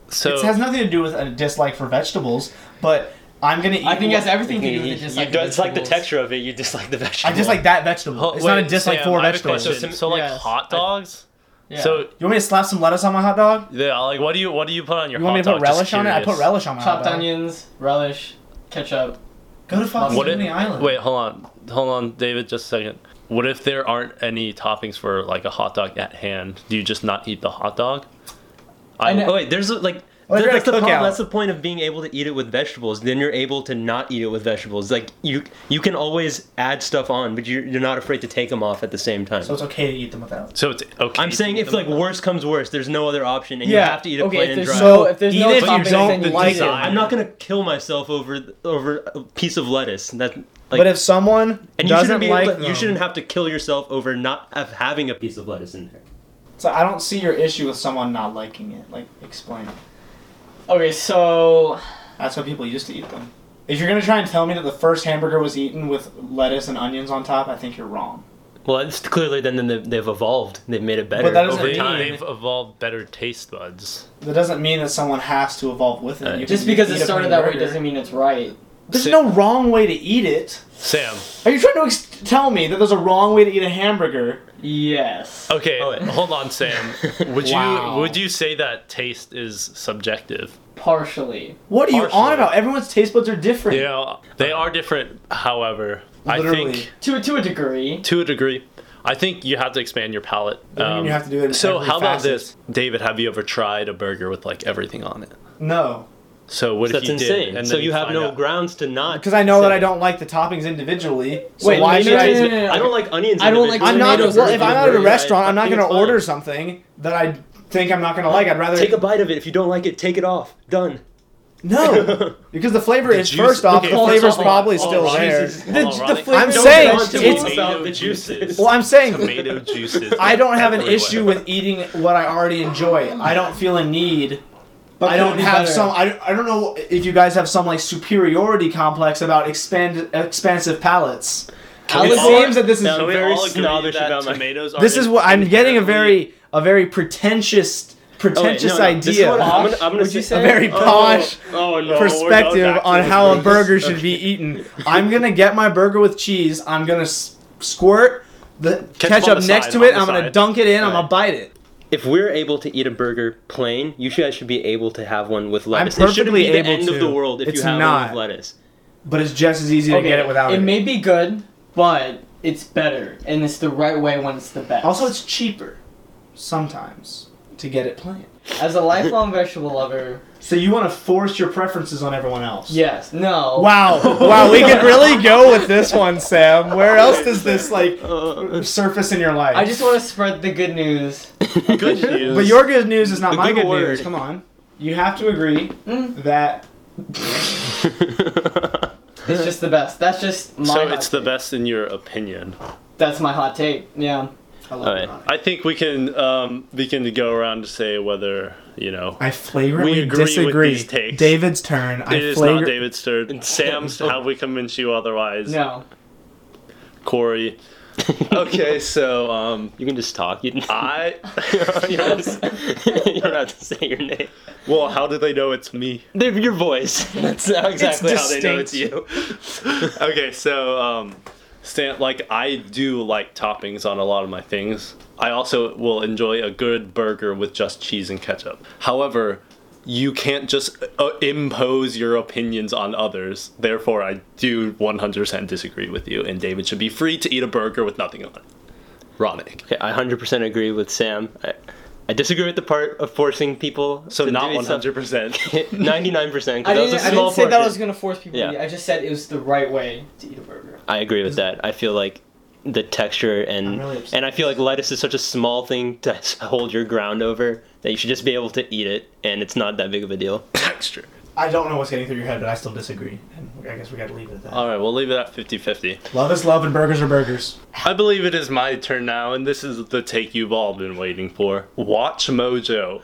S1: so
S3: it has nothing to do with a dislike for vegetables. But I'm gonna eat.
S4: I think
S3: what-
S4: that's everything to do with
S2: you
S4: it. Just like
S2: dislike the
S4: vegetables.
S2: texture of it. You dislike the vegetable.
S3: I dislike that vegetable.
S1: Ho-
S3: it's
S1: wait,
S3: not a dislike
S1: Sam,
S3: for
S1: I have a
S3: vegetables.
S1: question. So, like
S4: Yes.
S1: hot dogs.
S4: Yeah.
S1: So
S3: You want me to slap some lettuce on my hot dog?
S1: yeah, like what do you what do you put on your
S3: You
S1: hot
S3: want me to
S1: dog?
S3: put
S1: Just
S3: relish on it? I put
S1: curious.
S3: relish on my hot
S4: chopped
S3: dog.
S4: onions, relish, ketchup.
S3: Go to fucking
S1: What
S3: Coney
S1: if,
S3: Island.
S1: wait, hold on, hold on, David, just a second. What if there aren't any toppings for like a hot dog at hand? Do you just not eat the hot dog? I,
S4: I know-
S2: Oh wait, there's like
S3: Well, if you're
S2: that's, the
S3: at a
S2: problem.
S3: cookout-
S2: that's the point of being able to eat it with vegetables. Then you're able to not eat it with vegetables. Like you you can always add stuff on, but you're, you're not afraid to take them off at the same time.
S3: So it's okay to eat them without.
S1: so it's okay.
S2: I'm saying if like worse comes worse, there's no other option, and you
S3: Yeah,
S2: have to eat it
S4: okay,
S2: plain
S4: if
S2: and dry.
S4: there's So if there's
S3: eat
S4: no
S3: it, but
S4: toppings,
S3: you
S4: then
S3: don't
S4: you
S3: like
S4: eat
S3: it.
S4: it.
S2: I'm not gonna kill myself over over a piece of lettuce. That like,
S3: but if someone
S2: and you
S3: doesn't
S2: shouldn't be
S3: like,
S2: able to, you
S3: them-
S2: shouldn't have to kill yourself over not have, having a piece of lettuce in there.
S3: So I don't see your issue with someone not liking it. Like, explain. it.
S4: Okay, so
S3: That's how people used to eat them. If you're gonna try and tell me that the first hamburger was eaten with lettuce and onions on top, I think you're wrong.
S2: Well, it's clearly then, then they've, they've evolved. They've made it better
S3: that doesn't
S2: over
S1: They,
S3: mean-
S2: time.
S1: have evolved better taste buds.
S3: That doesn't mean that someone has to evolve with it.
S2: Uh,
S3: You
S4: just
S3: can
S4: because
S3: eat
S4: it
S3: a
S4: started
S3: plain
S4: that way
S3: burger.
S4: doesn't mean it's right.
S3: There's no wrong way to eat it.
S1: Sam,
S3: Are you trying to ex- tell me that there's a wrong way to eat a hamburger?
S4: Yes.
S1: okay,
S2: Oh, wait.
S1: hold on, Sam.
S3: [laughs]
S1: Would
S4: Wow.
S1: you would you say that taste is subjective?
S4: Partially.
S3: What are you on
S1: Partially.
S3: about? Everyone's taste buds are different.
S1: You know, they are different. However, I
S3: Literally.
S1: think
S4: To to a degree.
S1: to a degree. I think you have to expand your palate. um,
S3: Doesn't mean you have to do it in
S1: so
S3: every
S1: how about
S3: facet.
S1: this, David? Have you ever tried a burger with like everything on it?
S3: No.
S1: So what if
S2: That's
S1: you
S2: insane.
S1: did? And
S2: so
S1: then
S2: you have
S1: find
S2: no
S1: out?
S2: grounds to not.
S3: Because I know that
S2: say-
S3: I don't like the toppings individually. So
S4: Wait,
S3: why
S4: wait,
S3: should
S4: no,
S3: I?
S4: no, no, no, no.
S2: I don't like onions.
S4: I don't like
S3: I'm
S2: individually.
S3: not.
S4: Tomatoes
S3: Well,
S4: are
S3: if I'm at a
S4: individually,
S3: restaurant,
S2: I
S3: I'm not
S2: think
S3: going to
S2: it's fine.
S3: order something that I think I'm not going to like. I'd rather
S2: Take a bite of it. If you don't like it, take it off. Done. [laughs]
S3: [laughs] no, because the flavor is
S1: juice-
S3: first off.
S1: okay,
S3: the
S1: first
S3: flavor's
S1: off,
S3: probably
S2: oh,
S1: all
S3: still
S1: right.
S3: there.
S1: Jesus.
S4: The,
S1: Hold on,
S4: the
S1: Rodney.
S4: flavor
S3: I'm saying
S4: is
S3: it's-
S4: vegetable.
S1: tomato
S2: the
S1: juices.
S3: Well, I'm saying
S1: tomato juices.
S3: I don't have an
S1: everywhere.
S3: issue with eating what I already enjoy. I don't feel a need. I
S4: But could it
S3: don't
S4: be
S3: have
S4: better?
S3: some. I, I don't know if you guys have some like superiority complex about expand expansive palates.
S1: we
S3: It
S1: all-
S3: seems that this is
S2: Now,
S1: Can we
S2: very
S1: all agree
S2: snobbish
S1: that
S2: about my-
S1: tomatoes. Are
S3: this is what I'm getting a
S1: inherently-
S3: very a very pretentious
S6: pretentious
S2: no, no, this is
S6: idea,
S2: what I'm gonna- I'm gonna
S6: Would you
S2: say-
S6: say? a very
S2: Oh,
S6: posh
S2: oh, no, we're going
S6: perspective
S2: back to
S6: on
S2: the
S6: how a
S2: roots.
S6: burger should be eaten.
S3: I'm gonna get my burger with cheese. I'm gonna s- squirt the
S1: Ketchup on
S3: ketchup
S1: the
S3: next
S1: side,
S3: to it.
S1: on
S3: I'm
S1: the
S3: gonna
S1: side.
S3: dunk it in. I'm
S2: Right.
S3: gonna bite it.
S2: if we're able to eat a burger plain, you guys should be able to have one with lettuce. it shouldn't
S3: perfectly
S2: be the
S3: able
S2: end of
S3: to.
S2: the world if
S3: It's
S2: you have
S3: not.
S2: one with lettuce. [laughs]
S3: But it's just as easy to get it without it.
S4: may be good, but it's better, and it's the right way when it's the best.
S3: also, it's cheaper sometimes to get it plain.
S4: as a lifelong vegetable lover,
S3: So you want to force your preferences on everyone else?
S4: yes, no.
S6: Wow, wow, we could really go with this one, Sam. Where else does this like?
S2: Uh,
S3: Surface in your life.
S4: I just want to spread the good news.
S1: Good news.
S3: But your good news is not
S1: The
S3: my
S1: good
S3: good
S1: word.
S3: news. Come on. You have to agree
S4: Mm,
S3: that
S2: [laughs]
S4: it's just the best. That's just my.
S1: so
S4: hot
S1: it's the
S4: take.
S1: best in your opinion.
S4: That's my hot take. Yeah.
S3: I love
S2: Alright.
S3: Ronnie.
S1: I think we can um, begin to go around to say whether you know
S3: I flagrantly
S1: We agree with
S3: disagree.
S1: these takes.
S3: David's turn. I
S1: it is
S3: flagrant-
S1: not David [laughs] Stern. Sam's. How we convince you otherwise?
S4: No.
S1: Corey. [laughs] Okay, Ah. so um,
S2: you can just talk. You,
S1: I. [laughs]
S2: [laughs] you, don't have [laughs] to, you don't have to say your name.
S1: Well, how do they know it's me?
S2: Their- Your voice. [laughs] That's how exactly how they know it's you.
S1: [laughs] okay, so um, Stan, like I do like toppings on a lot of my things. I also will enjoy a good burger with just cheese and ketchup. However, you can't just uh, impose your opinions on others. Therefore, I do 100% disagree with you, and David should be free to eat a burger with nothing on it. Ronick.
S2: Okay, I 100% agree with Sam. I, I disagree with the part of forcing people.
S1: So
S2: to
S1: not
S2: do stuff.
S1: 100%.
S2: [laughs] 99%. Because that was
S4: I
S2: a
S4: didn't, I
S2: small
S4: didn't say that I
S2: portion.
S4: was going to force people
S2: Yeah.
S4: to eat. I just said it was the right way to eat a burger.
S2: I agree with that. I feel like the texture and
S3: I'm really upset.
S2: and I feel like lettuce is such a small thing to [laughs] hold your ground over that you should just be able to eat it and it's not that big of a deal.
S1: Texture.
S3: I don't know what's getting through your head, but I still disagree. And I guess we gotta leave it at that.
S1: All right, we'll leave it at 50 50.
S3: love is love, and burgers are burgers.
S1: I believe it is my turn now, and this is the take you've all been waiting for. Watch
S2: [laughs]
S1: Mojo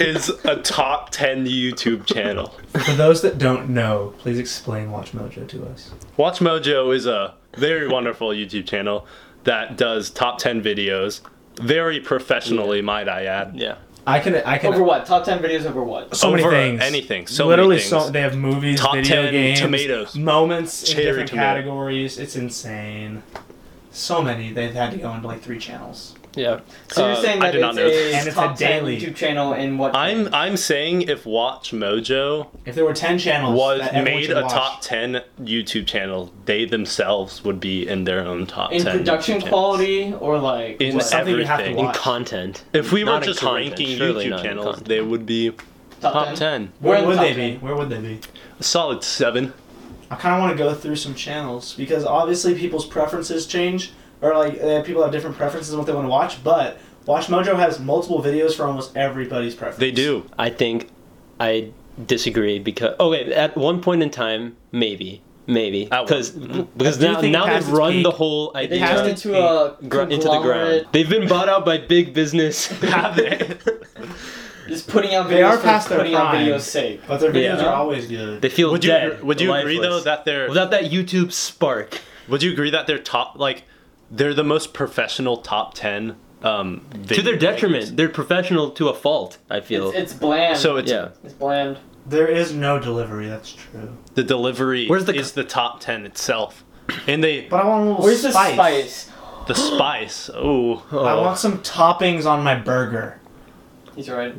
S1: is a top 10 YouTube channel.
S3: For those that don't know, please explain Watch Mojo to us.
S1: Watch Mojo is a very wonderful YouTube channel that does top 10 videos very professionally, might I add.
S2: Yeah.
S3: I can. I can.
S4: Over what? Top 10 videos over what?
S3: so many
S1: Over
S3: things.
S1: Anything. So
S3: literally,
S1: many things.
S3: so they have movies,
S1: Top
S3: video
S1: 10
S3: games,
S1: tomatoes.
S3: moments in
S1: Cherry
S3: different
S1: tomato.
S3: categories. It's insane. So many. They've had to go into like three channels.
S2: Yeah.
S4: So
S1: Uh,
S4: you're saying
S1: I
S4: that
S1: did not
S4: it's
S1: know this.
S4: a
S3: And it's a
S4: top 10
S3: daily.
S4: YouTube channel in what?
S1: I'm I'm saying if Watch Mojo
S3: If there were ten channels,
S1: was
S3: that everyone
S1: made
S3: should
S1: a
S3: watch,
S1: top 10 YouTube channel, they themselves would be in their own top
S4: in
S1: 10.
S4: production
S1: YouTube channels.
S4: quality or like
S1: In
S4: what?
S3: something you have to
S1: everything.
S2: In
S3: watch.
S2: content.
S1: If we
S2: Not
S1: were
S2: in
S1: just
S2: content,
S1: ranking
S2: surely
S1: YouTube
S2: not in
S1: channels,
S2: content.
S1: they would be top 10.
S4: We're in
S3: Where
S4: the
S3: would
S4: top
S3: they
S4: 10.
S3: be? Where would they be?
S1: A solid 7.
S3: I kind of want to go through some channels because obviously people's preferences change, or like uh, people have different preferences on what they want to watch. But Watch Mojo has multiple videos for almost everybody's preference.
S1: They do.
S2: I think I disagree because oh wait, at one point in time maybe maybe
S1: At one-
S2: because because
S3: I do
S2: now
S3: think it
S2: now
S3: passed
S2: they've
S3: its
S2: run
S3: peak.
S2: the whole
S4: They
S2: idea
S4: passed it to a
S2: gr- into the ground.
S4: conglomerate.
S2: They've been bought out by big business.
S1: Have they?
S4: Just putting out videos.
S3: They are
S4: for
S3: past their
S4: putting out
S3: prime.
S4: videos sake.
S3: but their videos
S2: Yeah.
S3: are always
S2: [laughs]
S3: good.
S2: They feel
S1: [laughs] Would you
S2: dead.
S1: would you agree though
S2: lifeless.
S1: that they're
S2: without that YouTube spark?
S1: would you agree that they're top like they're the most professional top 10 um
S2: to their
S1: video
S2: detriment.
S1: makers?
S2: They're professional to a fault. I feel.
S4: It's, it's bland.
S1: So it's
S2: yeah.
S4: it's bland.
S3: There is no delivery. That's true.
S1: the delivery
S2: Where's the
S1: is the top 10 itself. And they
S3: But I want a little
S4: Where's
S3: spice.
S4: the spice?
S1: the spice. Oh,
S2: Oh.
S3: I want some toppings on my burger.
S4: He's right.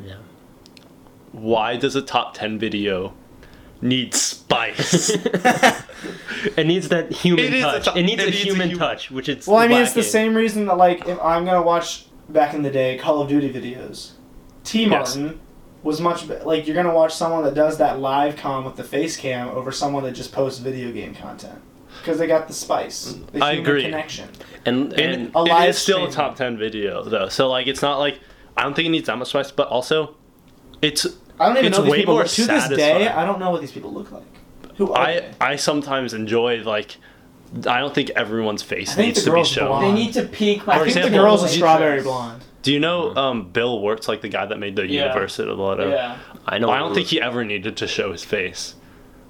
S1: why does a top 10 video need spice? [laughs]
S2: it needs that human
S1: It is a
S2: touch.
S1: tou-
S2: it needs
S1: it
S2: a
S1: needs a
S2: human
S1: human-
S2: touch, which it's.
S3: Well, I mean, it's the
S2: lacking.
S3: same reason that like if I'm gonna watch back in the day Call of Duty videos, T
S1: Yes.
S3: Martin was much be- like you're gonna watch someone that does that live com with the face cam over someone that just posts video game content because they got the spice, the
S1: Mm, I
S3: human
S1: agree.
S3: connection.
S2: And,
S1: and
S2: and
S3: a
S1: it
S3: live
S1: is still a
S3: stream.
S1: top 10 video though so like it's not like i don't think it needs that much spice but also it's
S3: I don't even
S1: It's
S3: know these
S1: way
S3: people
S1: more
S3: to this day.
S1: satisfying.
S3: I don't know what these people look like. Who are
S1: i
S3: they?
S1: i sometimes enjoy like i don't think everyone's
S3: I
S1: face
S3: think
S1: needs
S3: the
S1: to be
S3: girl's
S1: shown
S3: blonde.
S4: They need to peak my.
S1: For
S3: I think the
S1: example,
S3: girl's a
S4: interest.
S3: strawberry blonde.
S1: do you know um bill wirtz like the guy that made the
S4: Mm-hmm. Yeah.
S1: universe at a lot of
S4: Yeah.
S2: I know.
S1: i don't think he ever needed to show his face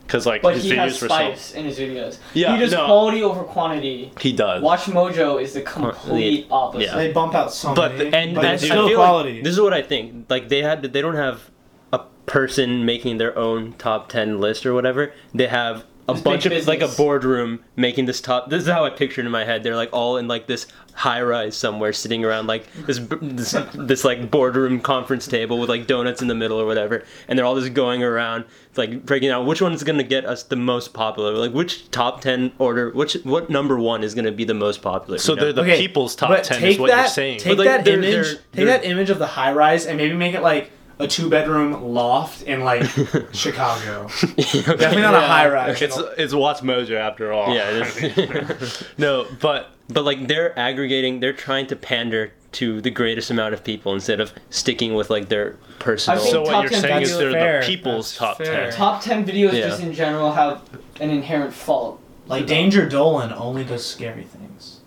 S1: because like
S4: But
S1: his
S4: he
S1: videos
S4: has
S1: were so
S4: spice in his videos.
S1: Yeah,
S4: he does
S1: no.
S4: quality over quantity.
S1: he does.
S4: Watch Mojo is the complete opposite.
S2: yeah.
S3: They bump out so
S1: But
S3: many,
S1: the-
S2: and
S3: but
S2: I-
S3: it's
S2: I
S3: still
S2: feel like
S3: quality.
S2: this is what I think. Like they had, they don't have a person making their own top ten list or whatever. They have a
S4: It's big
S2: bunch of like a
S4: business.
S2: boardroom making this top. This is how I pictured in my head. They're like all in like this high rise somewhere, sitting around like this b- this, this like boardroom conference table with like donuts in the middle or whatever, and they're all just going around like breaking out which one's gonna get us the most popular. Like which top ten order, which what number one is gonna be the most popular.
S1: so
S2: you know? [laughs]
S1: they're the
S3: Okay,
S1: people's top
S3: but
S1: ten
S3: take
S1: is what
S3: that,
S1: you're saying.
S3: Take
S2: But, like,
S3: that
S2: they're-
S3: image,
S2: they're-
S3: take
S2: they're-
S3: that image of the high rise, and maybe make it like a two bedroom loft in
S4: [laughs]
S3: like Chicago. Definitely not a
S4: Yeah.
S3: high rise.
S1: it's it's Watch Mojo after all.
S2: yeah. it is.
S1: [laughs] No, but
S2: [laughs] But like they're aggregating, they're trying to pander to the greatest amount of people instead of sticking with like their personal.
S4: I think
S1: so what
S4: top
S1: you're
S4: 10
S1: saying
S4: that's
S1: is they're
S6: fair.
S1: the people's
S6: That's
S1: top
S6: fair.
S1: ten.
S4: Top ten videos
S2: Yeah.
S4: just in general have an inherent fault.
S3: like Danger Dolan only does scary things,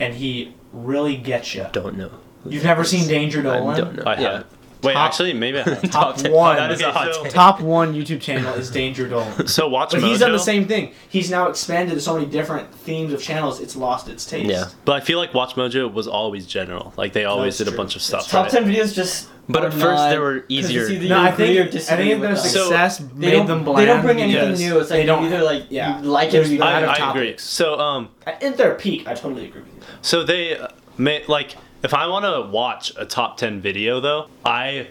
S3: and he really gets you.
S2: don't know.
S3: You've never seen Danger
S2: I
S3: Dolan?
S2: don't know.
S1: I
S2: yeah.
S1: have. Wait,
S3: Top-
S1: actually, maybe I have.
S3: Top,
S2: Top 10.
S3: one.
S2: That is a
S1: Okay,
S2: hot
S1: so-
S2: take.
S3: top one YouTube channel is
S1: [laughs]
S3: Danger Dolan.
S1: So Watch
S3: But
S1: Mojo.
S3: he's done the same thing. He's now expanded to so many different themes of channels. It's lost its taste.
S2: Yeah.
S1: But I feel like Watch Mojo was always general. Like they always
S3: That's
S1: did a
S3: true.
S1: bunch of
S4: It's
S1: stuff.
S4: top
S1: right?
S4: ten videos just.
S2: But
S4: are
S2: at first they
S4: not-
S2: were
S4: 'cause it's
S2: easier.
S4: either
S3: No,
S4: you
S3: I
S4: agree or
S3: think I
S4: disagree
S3: think
S4: with
S3: their
S4: them.
S1: So-
S3: success
S4: they
S3: made
S4: don't,
S3: them
S4: They
S3: bland.
S4: don't bring anything
S1: Yes.
S4: new. It's
S3: They
S4: like
S3: don't-
S4: you either like
S3: yeah.
S4: you like it or you
S3: I-
S4: don't.
S1: I,
S3: Out of
S1: I agree.
S3: topics.
S1: So um,
S3: At their peak, I totally agree with you.
S1: So they uh, may like if I want to watch a top 10 video though, I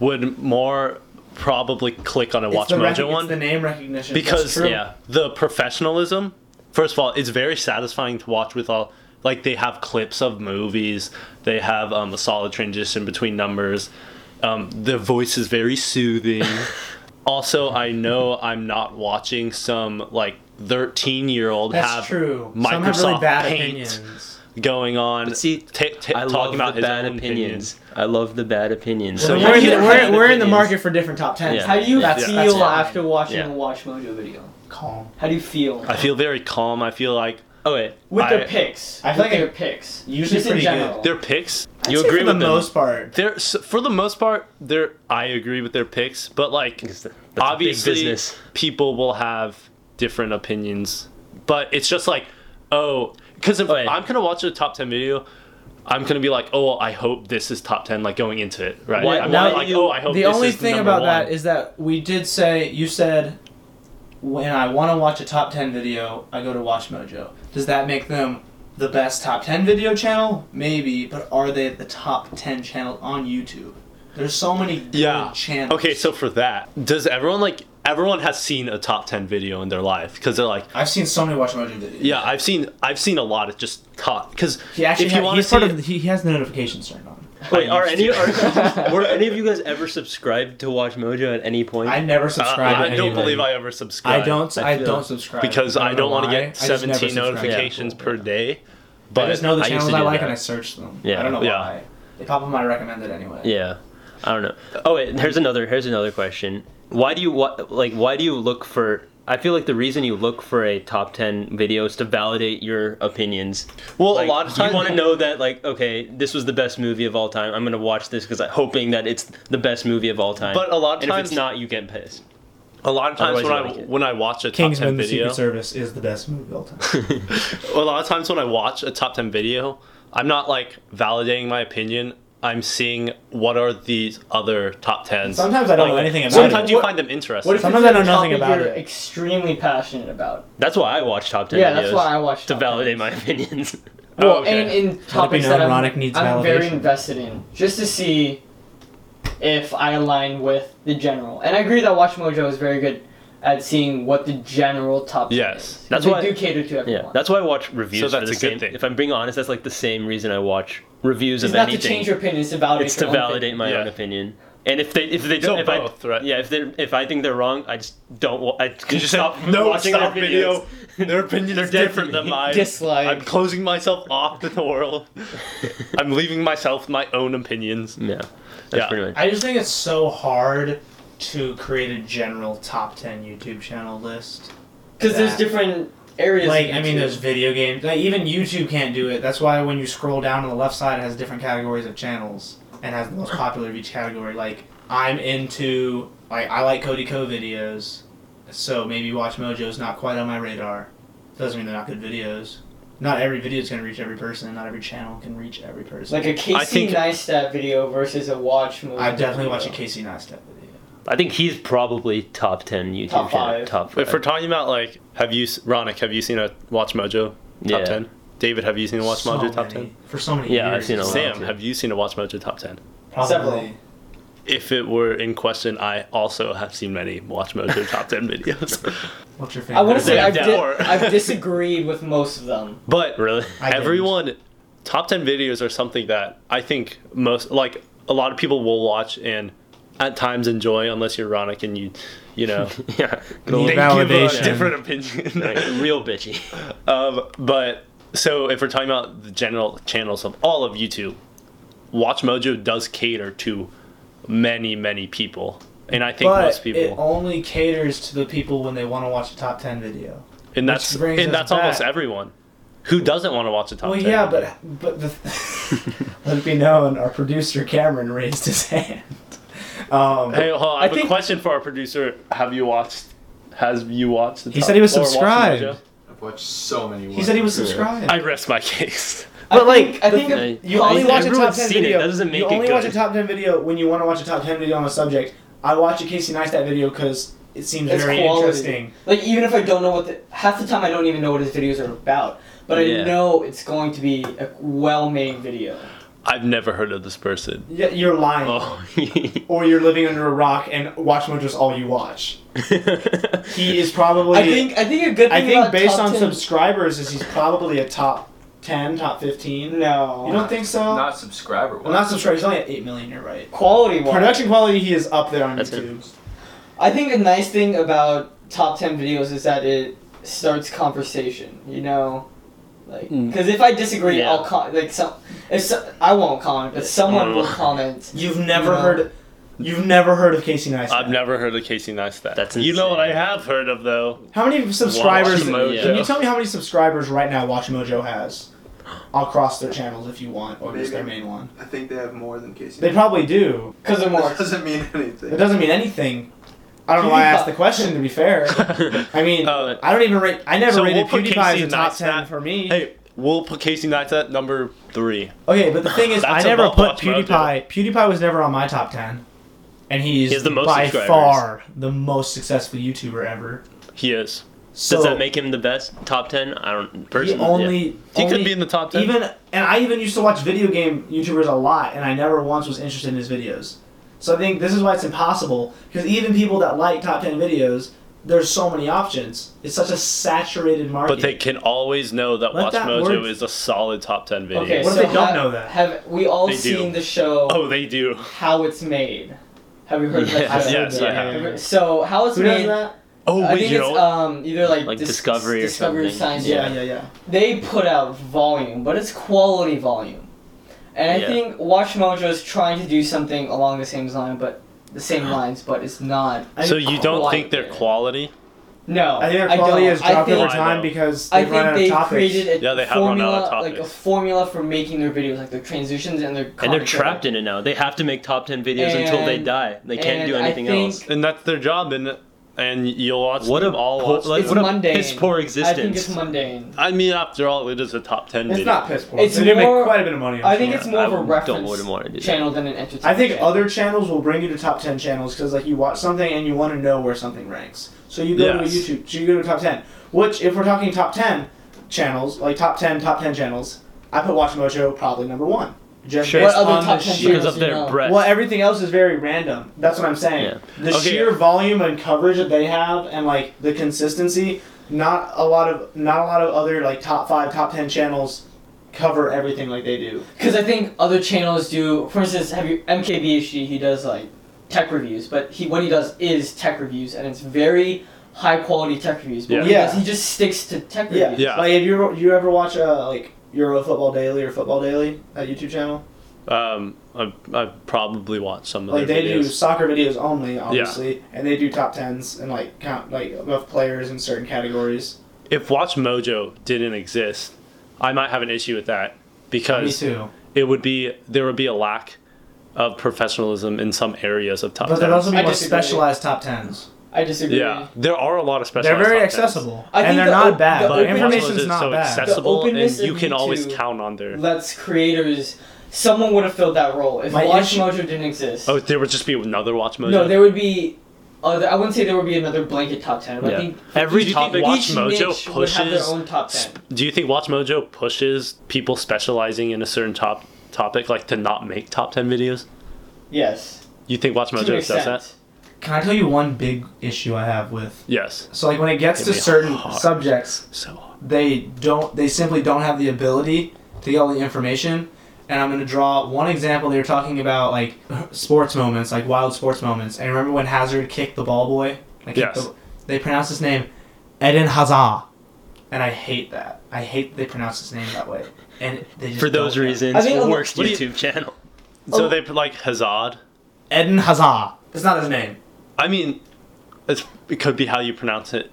S1: would more probably click on a Watch
S3: it's the
S1: Mojo
S3: rec- it's
S1: one
S3: the name recognition. That's
S1: because
S3: true.
S1: yeah, the professionalism. First of all, it's very satisfying to watch with all like they have clips of movies, they have um, a solid transition between numbers. Um, their voice is very
S2: [laughs]
S1: soothing. also, I know I'm not watching some like 13 year old
S3: that's
S1: have
S3: true.
S1: Microsoft
S3: Some have really bad
S1: Paint
S3: opinions.
S1: going on.
S2: But see,
S1: ta- ta-
S2: I love
S1: talking about
S2: the
S1: his
S2: bad
S1: own
S2: opinions. I love the bad opinions.
S1: So
S3: So
S1: you
S3: we're, in the,
S1: can't have
S3: we're, we're in the
S2: opinions.
S3: market for different top tens.
S2: Yeah.
S4: How do you
S1: That's-
S4: feel
S3: that's fine.
S4: after watching
S2: Yeah.
S4: a Watch Mojo video?
S3: Calm.
S4: How do you feel?
S1: I feel very calm. I feel like
S2: Oh wait,
S4: With
S1: I-
S4: their picks.
S3: I
S4: I
S3: feel
S4: feel
S3: like
S4: their picks.
S3: usually
S4: Just in
S3: pretty good.
S4: general.
S1: their picks.
S2: you
S3: I'd say
S2: agree
S3: for
S2: with
S3: the
S2: them.
S3: most part.
S1: They're s- for the most part. They're I agree with their picks, but like
S2: Because that's a big
S1: obviously
S2: business.
S1: people will have different opinions. But it's just like oh, because if
S2: Oh, yeah.
S1: I'm gonna watch a top ten video. I'm gonna be like, oh, well, I hope this is top ten. Like going into it, right?
S2: Why-
S1: I'm
S2: why
S1: not
S2: do
S1: like,
S2: you-
S1: oh, I hope
S3: the
S1: this
S3: only
S1: is
S3: thing
S1: number
S3: about
S1: one.
S3: that is that we did say you said when I want to watch a top 10 video, I go to Watch Mojo. Does that make them the best top 10 video channel? Maybe, but are they the top 10 channel on YouTube? There's so many good
S1: Yeah.
S3: channels.
S1: okay, so for that, does everyone like everyone has seen a top ten video in their life? Because they're like,
S3: I've seen so many Watch Mojo videos.
S1: Yeah, I've seen I've seen a lot of just top because
S3: He actually
S1: if you
S3: ha-
S1: want to
S3: he's
S1: see,
S3: part of he, he has the notifications turned on.
S2: Wait,
S1: I
S2: are
S1: used
S2: any
S1: to.
S2: [laughs] are, were any of you guys ever subscribed to Watch Mojo at any point?
S3: I never
S1: Uh,
S3: subscribe. to
S1: I don't
S3: anything.
S1: believe I ever subscribed.
S3: I don't.
S2: I
S3: I,
S2: feel-
S3: don't subscribe
S1: because I don't want to
S3: why. I
S1: get
S3: just never
S1: 17
S3: subscribe.
S1: notifications
S3: Yeah.
S1: per day.
S3: But
S1: But
S3: I just know the
S2: I used
S3: channels
S2: to
S3: I
S2: do
S3: like
S2: that.
S3: and I search them.
S2: Yeah.
S3: I don't know
S1: Yeah.
S3: why. They pop up my recommended anyway.
S2: Yeah, I don't know. Oh wait, here's another here's another question. Why do you what like why do you look for? I feel like the reason you look for a top ten video is to validate your opinions.
S1: well,
S2: Like,
S1: a lot of times
S2: you want to know that like okay, this was the best movie of all time. I'm gonna watch this because I'm hoping that it's the best movie of all time.
S1: But a lot of
S2: and
S1: times-
S2: if it's not, you get pissed.
S1: A lot of times
S2: Otherwise
S1: when I
S2: you like it.
S1: when I watch a top
S3: Kingsman:
S1: ten
S3: The
S1: video,
S3: Secret Service is the best movie of
S2: [laughs]
S3: all time.
S1: a lot of times when I watch a top 10 video, I'm not like validating my opinion. I'm seeing what are these other top 10s.
S3: Sometimes I don't
S1: Like,
S3: know anything about
S1: Sometimes
S3: it.
S1: you
S4: What-
S1: find them interesting.
S4: What if
S3: Sometimes
S4: it's
S3: I know
S4: a
S3: nothing
S4: topic
S3: about
S4: you're
S3: it.
S4: Extremely passionate about.
S2: That's why I watch top ten.
S4: yeah,
S2: videos,
S4: that's why I watch
S2: to
S4: top
S2: validate my
S4: tens.
S2: opinions. [laughs]
S4: Well,
S1: Oh, okay.
S4: and in topics
S3: known,
S4: that I'm,
S3: Ronick needs
S4: I'm very
S3: validation.
S4: invested in, just to see if I align with the general. And I agree that Watch Mojo is very good at seeing what the general top. ten
S1: Yes.
S4: is. 'Cause
S2: That's
S4: they
S2: why-
S4: do cater to everyone.
S2: Yeah, that's why I watch reviews.
S1: So
S2: for
S1: that's
S2: the
S1: a good
S2: same-
S1: thing.
S2: If I'm being honest, that's like the same reason I watch reviews
S4: it's
S2: of
S4: not
S2: anything.
S4: to change your opinion, it's to validate.
S2: it's to
S4: your own
S2: validate my own
S1: Yeah.
S2: opinion. And if they if they
S1: So
S2: don't if
S1: both,
S2: I,
S1: right?
S2: yeah if they if I think they're wrong, I just don't. wa- I can
S1: just
S2: stop
S1: said, "No,
S2: watching
S1: stop
S2: their
S1: video.
S2: videos. [laughs]
S1: Their opinions are
S2: They're dead
S1: different
S2: to me.
S1: than mine.
S2: [laughs]
S6: Dislike.
S1: I'm closing myself off to the world. [laughs] I'm leaving myself my own opinions.
S2: Yeah, that's
S1: Yeah.
S2: pretty much.
S3: I just think it's so hard to create a general top ten YouTube channel list.
S4: Because there's
S3: that.
S4: different areas.
S3: Like
S4: of
S3: I mean,
S4: YouTube.
S3: there's video games. Like, even YouTube can't do it. That's why when you scroll down on the left side, it has different categories of channels and has the [laughs] most popular of each category. Like I'm into like I like Cody Co videos. so maybe Watch Mojo's not quite on my radar. Doesn't mean they're not good videos. Not every video is going to reach every person. Not every channel can reach every
S4: It's
S3: person.
S4: like a Casey
S1: think-
S4: Neistat video versus a watch movie.
S3: I definitely watch a Casey Neistat video.
S2: I think he's probably top ten YouTube
S4: Top
S2: channel-
S4: five.
S2: Top five.
S1: If we're talking about like, have you, s- Ronick, have you seen a Watch Mojo top
S2: Yeah.
S1: ten? David, have you seen a Watch
S3: So
S1: Mojo top
S3: many-
S1: ten?
S3: for so many
S2: Yeah, I've
S3: years.
S2: seen a lot.
S1: Sam,
S2: too.
S1: have you seen a Watch Mojo top ten?
S3: Probably.
S4: Several.
S1: If it were in question, I also have seen many Watch
S3: [laughs]
S1: Mojo top ten videos.
S3: What's your favorite?
S4: I want to say
S1: Yeah,
S4: I've,
S1: yeah.
S4: di-
S1: Or-
S2: [laughs]
S4: I've disagreed with most of them.
S1: But
S2: really, [laughs]
S3: I didn't.
S1: everyone top 10 videos are something that i think most like a lot of people will watch and at times enjoy unless you're Ronick and you you
S3: [laughs]
S1: know
S2: yeah,
S1: [laughs] they
S6: Need
S1: give a
S6: validation.
S1: different opinion
S3: [laughs]
S2: real bitchy.
S1: [laughs] um, but so if we're talking about the general channels of all of youtube watch mojo does cater to many many people and i think
S3: but
S1: most
S3: it
S1: people
S3: only caters to the people when they want to watch a top ten video.
S1: and that's
S3: which brings
S1: and
S3: us
S1: that's almost
S3: back.
S1: everyone who doesn't want to watch a top
S3: well,
S1: 10
S3: yeah,
S1: video?
S3: but
S1: [laughs]
S3: but the, [laughs] let it be known, our producer Cameron raised his hand. Um,
S1: Hey, hold on, I,
S3: I
S1: have a
S3: think-
S1: question for our producer. Have you watched? Has you watched? The
S6: He said he was
S1: or watched the
S6: subscribed.
S1: mojo?
S5: I've watched so many.
S3: he said he was subscribed.
S1: I rest my [laughs] case.
S4: But
S3: like,
S4: I think
S2: I-
S3: you only watch a top
S2: everyone's
S3: ten
S2: seen it,
S3: video.
S2: that doesn't make
S3: you
S2: it
S3: only watch a
S2: good.
S3: top ten video when you want to watch a top ten video on a subject. I watch a Casey Neistat video because it seems
S4: It's
S3: very
S4: quality.
S3: interesting.
S4: like even if I don't know what the half the time I don't even know what his videos are about, but I
S2: Yeah.
S4: know it's going to be a well-made video.
S1: I've never heard of this person.
S3: Yeah, you're lying,
S1: Oh,
S3: or you're living under a rock and Watch Mojo's all you watch.
S2: [laughs]
S3: He is probably.
S4: I think I think a good thing
S3: I think
S4: about
S3: based
S4: top
S3: on
S4: 10
S3: subscribers is he's probably a top ten, top fifteen.
S4: no
S3: You don't think so?
S5: Not subscriber.
S3: well, not subscribers. He's only at eight million. You're right.
S4: quality one.
S3: Production quality, he is up there on
S2: That's
S3: YouTube.
S4: I think a nice thing about top 10 videos is that it starts conversation, you know? Like,
S3: Hmm.
S1: Mm.
S4: because if I disagree,
S2: Yeah.
S4: I'll con- like some. If so- I won't comment, but someone will
S1: Mm.
S4: comment.
S3: You've never
S4: No.
S3: heard. You've never heard of Casey Neistat.
S1: I've never heard of Casey Neistat.
S2: That's
S1: you know what I
S2: insane.
S1: have heard of though.
S3: How many subscribers?
S1: Watch Mojo.
S3: Can you tell me how many subscribers right now Watch Mojo has? I'll cross their channels if you want, or just their
S7: Maybe.
S3: main one.
S7: I think they have more than Casey.
S3: They probably do.
S4: Because they're more.
S7: That doesn't mean anything.
S3: It doesn't mean anything. I don't know why I asked the question. To be fair, I mean,
S1: Uh,
S3: I don't even rate. I never
S1: so
S3: rated
S1: we'll put
S3: PewDiePie as
S1: Casey
S3: a top ten
S1: Neistat-
S3: for me.
S1: hey, we'll put Casey Neistat number three.
S3: Okay, but the thing is, I
S1: That's
S3: never
S1: above
S3: put
S1: Watch Mojo.
S3: PewDiePie. PewDiePie was never on my top ten, and he's
S1: He has the most
S3: by
S1: subscribers.
S3: far the most successful YouTuber ever.
S1: He is.
S3: So
S2: Does that make him the best top ten? I don't
S3: he
S2: personally.
S3: only,
S1: He
S3: only
S1: could be in the top ten.
S3: even and I even used to watch video game YouTubers a lot, and I never once was interested in his videos. So I think this is why it's impossible because even people that like top ten videos, there's so many options. It's such a saturated market.
S1: but they can always know that
S3: Let
S1: Watch
S3: that
S1: Mojo
S3: word-
S1: is a solid top ten video.
S4: Okay,
S3: What if
S4: so
S3: they don't
S4: ha-
S3: know that?
S4: Have we all
S1: They do.
S4: seen the show
S1: Oh, they do.
S4: How It's Made? Have you heard of
S2: Yes,
S4: that
S1: [laughs]
S4: show?
S1: yes, I have.
S4: Have you- So, How It's
S3: Who does
S4: Made.
S3: that?
S1: Oh,
S4: I
S1: wait,
S4: think
S1: you
S4: it's
S1: know.
S4: um, either like,
S2: Like
S4: Dis-
S2: Discovery or
S4: Discovery
S2: something.
S4: Science
S3: Yeah, yeah, yeah.
S4: they put out volume, but it's quality volume. And I
S2: Yeah.
S4: think Watch Mojo is trying to do something along the same line, but the same lines, but it's not.
S3: I
S1: so
S3: think
S1: you don't
S4: quality.
S1: think they're quality?
S4: No,
S3: I think their quality
S4: I
S3: has dropped
S4: think,
S3: over
S1: I
S3: time
S1: know.
S3: because
S4: I
S3: they've run
S4: think
S3: out
S4: they
S3: of topics.
S4: created a
S1: Yeah, they have run out
S4: formula,
S1: of
S4: like a
S1: topics.
S4: formula for making their videos, like the transitions and their.
S2: And they're
S4: commentary.
S2: trapped in it now. They have to make top ten videos until they
S4: And-
S2: die. They can't do
S4: and I
S2: anything
S4: think-
S2: else.
S1: And that's their job, and and you'll watch
S2: What
S1: them
S2: a
S1: all
S2: po-
S1: watch.
S2: like,
S4: It's
S2: what a
S4: mundane.
S2: piss poor
S4: I
S2: existence.
S4: think it's mundane.
S1: I mean, after all, it is a top ten
S3: It's
S1: video.
S3: not piss poor.
S4: It's
S3: they do make
S4: more-
S3: quite a bit of money. on
S4: I think
S3: Twitter.
S4: it's more of a
S2: I
S4: reference
S2: Don't wouldn't want to do that.
S4: channel than an entertainment.
S3: I think
S4: channel.
S3: other channels will bring you to top ten channels because like you watch something and you want to know where something ranks. So you go
S1: Yes.
S3: to a YouTube, so you go to top ten. Which, if we're talking top ten channels, like top ten, top ten channels, I put Watch Mojo probably number one. Just
S1: Sure.
S3: based
S4: What other
S3: on
S4: top
S3: the
S4: 10
S3: sheer-
S2: Because of
S4: You
S2: their
S4: know.
S2: breath.
S3: Well, everything else is very random. That's what I'm saying.
S2: Yeah.
S3: The
S1: Okay.
S3: sheer volume and coverage that they have, and like the consistency, not a lot of not a lot of other like top five, top ten channels cover everything like they do.
S4: Because I think other channels do. For instance, have you MKBHD? He does like tech reviews, but he what he does is tech reviews, and it's very high quality tech reviews. But
S1: Yeah.
S4: what he
S3: Yeah.
S4: does, he just sticks to tech
S3: Yeah.
S4: reviews.
S1: Yeah.
S3: Like, have you you ever watch uh, like Euro Football Daily or Football Daily that YouTube channel?
S1: Um, I I probably watched some of
S3: Like
S1: their
S3: they do
S1: videos.
S3: soccer videos only, obviously, and they do top tens and like count like of players in certain categories.
S1: If Watch Mojo didn't exist, I might have an issue with that because
S3: too.
S1: it would be there would be a lack of professionalism in some areas of top
S3: But there'd
S1: tens.
S3: also be
S4: I
S3: more
S4: disagree.
S3: specialized top tens.
S4: I disagree.
S1: Yeah, there are a lot of special.
S3: They're very accessible,
S4: I think
S3: and they're
S4: the
S3: not
S4: op-
S3: bad.
S4: the
S3: The
S1: But
S4: openness-
S3: information's
S1: is
S3: not
S1: so
S3: bad.
S1: accessible,
S4: openness
S1: and
S4: of
S1: you can always
S4: YouTube-
S1: count on their.
S4: Let's creators. Someone would have filled that role if
S3: My
S4: Watch
S3: issue-
S4: Mojo didn't exist.
S1: Oh, there would just be another Watch Mojo.
S4: no, there would be. Other, I wouldn't say there would be another blanket top ten. but
S1: Yeah.
S4: I think
S1: Every
S4: each,
S1: top-
S4: each
S1: Watch Mojo
S4: niche would have their
S1: pushes
S4: own top ten.
S1: Sp- Do you think Watch Mojo pushes people specializing in a certain top topic like to not make top ten videos?
S4: Yes,
S1: You think Watch
S4: to an
S1: Mojo does
S4: extent.
S1: that?
S3: Can I tell you one big issue I have with?
S1: Yes.
S3: So like when it gets
S1: Give
S3: to
S1: me a
S3: certain
S1: hard-
S3: subjects,
S1: So
S3: they don't they simply don't have the ability to get all the information and i'm going to draw one example they were talking about like sports moments like wild sports moments and remember when hazard kicked the ball boy like kicked
S1: Yes.
S3: the- they pronounced his name eden hazard and i hate that i hate that they pronounce his name that way and they just
S2: For those
S3: don't know.
S4: I
S2: reasons,
S4: think a lo-
S2: worst
S1: what do you-
S2: YouTube
S4: [laughs]
S2: channel.
S1: so
S3: Oh.
S1: they put like Hazard.
S3: eden hazard it's not his name
S1: I mean, it's, it could be how you pronounce it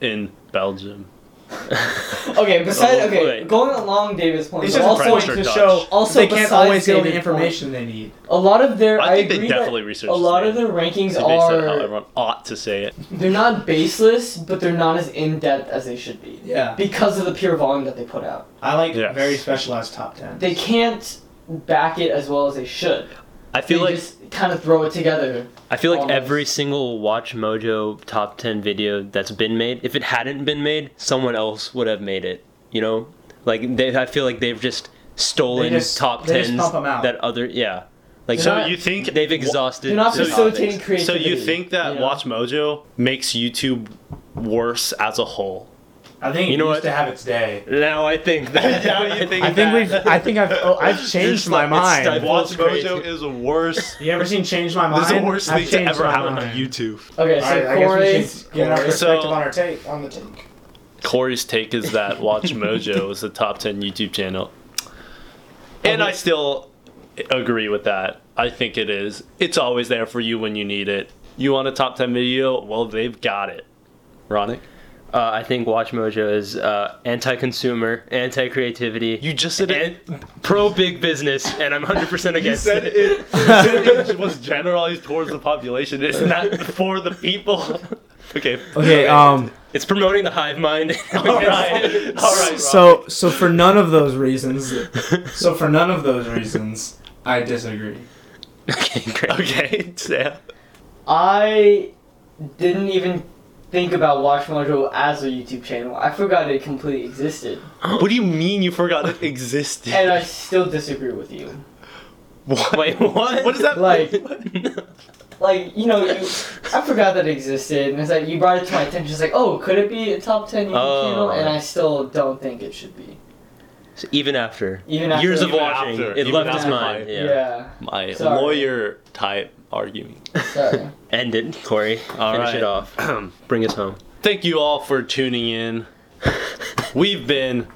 S1: in Belgium.
S4: Okay. Besides,
S2: Oh,
S4: okay,
S2: wait.
S4: going along David's point,
S3: it's
S4: but
S3: just
S1: a
S4: also
S1: French
S3: also
S1: or
S3: to
S1: Dutch.
S3: show
S4: Also,
S3: they can't
S4: besides
S3: always get all the
S4: David's point-
S3: information they need
S4: a lot of their.
S1: I think they
S4: agree that
S1: definitely researched.
S4: A lot of
S1: it.
S4: their rankings
S1: They based it on how
S4: are
S1: everyone ought to say it.
S4: they're not baseless, but they're not as in depth as they should be
S3: yeah
S4: because of the pure volume that they put out.
S3: i like
S1: Yes.
S3: very specialized top 10
S4: they can't back it as well as they should.
S2: I feel
S4: they
S2: like
S4: just kind of throw it together.
S2: I feel like
S4: Almost.
S2: every single Watch Mojo top 10 video that's been made, if it hadn't been made, someone else would have made it. You know? Like they I feel like they've just stolen
S3: They just-
S2: top
S3: they just
S2: 10s
S3: pump 'em out.
S2: that other yeah. Like
S4: They're
S1: So
S4: not-
S1: you think
S2: they've
S1: exhausted.
S2: exhausted
S4: They're not
S2: their
S4: facilitating
S2: topics.
S1: So
S4: creativity.
S1: you think that
S4: you know?
S1: Watch Mojo makes YouTube worse as a whole?
S3: i think
S2: You
S3: it
S2: know
S3: used
S2: what?
S3: to have its day
S2: Now I think that [laughs]
S1: Now you
S4: [laughs]
S1: think
S3: I think
S1: that-
S3: we've. I think I've. Oh, I've changed my
S2: like- it's
S3: mind.
S2: like-
S1: Watch
S2: That's crazy.
S1: Mojo is worse.
S4: [laughs]
S3: You ever seen Change My Mind?
S1: This is the worst
S3: I've
S1: thing to
S3: changed
S1: ever
S3: my
S1: happen on
S3: mind.
S1: YouTube.
S4: Okay,
S3: All
S4: so
S3: right, I
S4: Corey,
S3: guess we should get our
S4: Corey-
S3: perspective
S1: So-
S3: on our take on the take.
S1: Corey's take is that Watch Mojo is the top 10 YouTube channel. And I still agree with that. I think it is. It's always there for you when you need it. You want a top 10 video? Well, they've got it. Ronick?
S2: uh, I think Watch Mojo is uh, anti-consumer, anti-creativity,
S1: You just said it.
S2: and pro big business and I'm 100%
S1: You
S2: against
S1: said
S2: it.
S1: it, you said it was generalized towards the population. It's not for the people. [laughs] Okay.
S3: [laughs] Okay. Um.
S2: It's promoting the hive mind.
S1: [laughs] All
S2: [laughs]
S1: right. All right.
S3: So so for none of those reasons. So for none of those reasons, I disagree.
S2: [laughs] okay, great.
S1: Okay, Sam.
S4: I didn't even think about Watch Mojo as a YouTube channel. I forgot it completely existed,
S1: What do you mean you forgot it existed?
S4: and I still disagree with you.
S1: [laughs] what?
S2: Wait, what?
S1: What is that?
S4: Like-
S1: What?
S4: Like you know, you, I forgot that it existed, and it's like you brought it to my attention. It's like, oh, could it be a top ten YouTube
S2: Oh.
S4: channel? And I still don't think it should be.
S2: [laughs] So even after
S4: Even after
S2: years of
S1: Even
S2: watching,
S1: after,
S2: it
S1: even
S2: left his
S4: after.
S2: mind. Yeah.
S4: yeah.
S1: my
S4: Sorry.
S1: lawyer type arguing.
S4: Sorry.
S2: [laughs] End it, Corey.
S1: All
S2: Finish
S1: right. [clears throat]
S2: it off. Bring us home.
S1: Thank you all for tuning in. We've been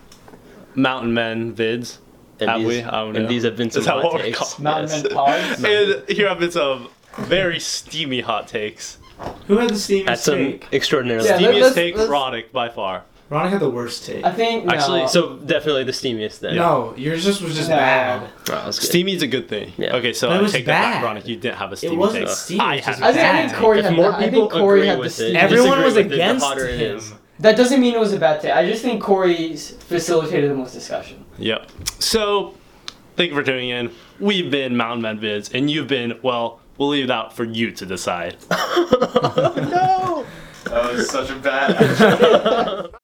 S1: Mountain Men vids.
S2: And
S1: Have
S2: these,
S1: we? I don't
S2: and
S1: know.
S2: these have been some
S1: Is that
S2: hot
S1: what we're
S2: takes.
S1: called?
S4: Mountain
S2: Yes.
S4: Men Pods.
S1: And here have been some very steamy hot takes.
S3: Who had the steamiest
S2: At some
S3: take?
S2: extraordinary.
S4: Yeah,
S1: Steamiest
S4: let- let's-
S1: take,
S4: let's-
S1: Ronick by far.
S3: Ronnie had the worst take.
S4: I think no.
S1: Actually,
S2: So definitely the steamiest then.
S3: No, yours just was just
S4: No.
S3: bad.
S2: Wow, that's good.
S1: Steamy's a good thing.
S2: Yeah.
S1: Okay, so
S3: But it
S1: I
S3: was
S1: take that back,
S3: bad.
S1: Ronick. You didn't have a steamy
S3: It wasn't
S1: take.
S3: steamy.
S1: I
S3: it was
S1: had
S3: just
S1: it.
S4: I think, I
S3: bad.
S4: think Corey
S2: If
S4: had
S2: more
S4: the, I
S2: people
S4: think Corey
S2: agree
S4: had the
S2: with it,
S4: steam.
S2: Every-
S3: Everyone
S2: disagree
S3: was
S2: with it, the
S3: against
S2: hotter it
S3: him.
S2: is.
S4: that doesn't mean it was a bad thing. I just think Corey's facilitated the most discussion.
S1: Yep. So, thank you for tuning in. We've been Mountain Men Vids, and you've been, well, we'll leave that for you to decide.
S7: That was such a bad.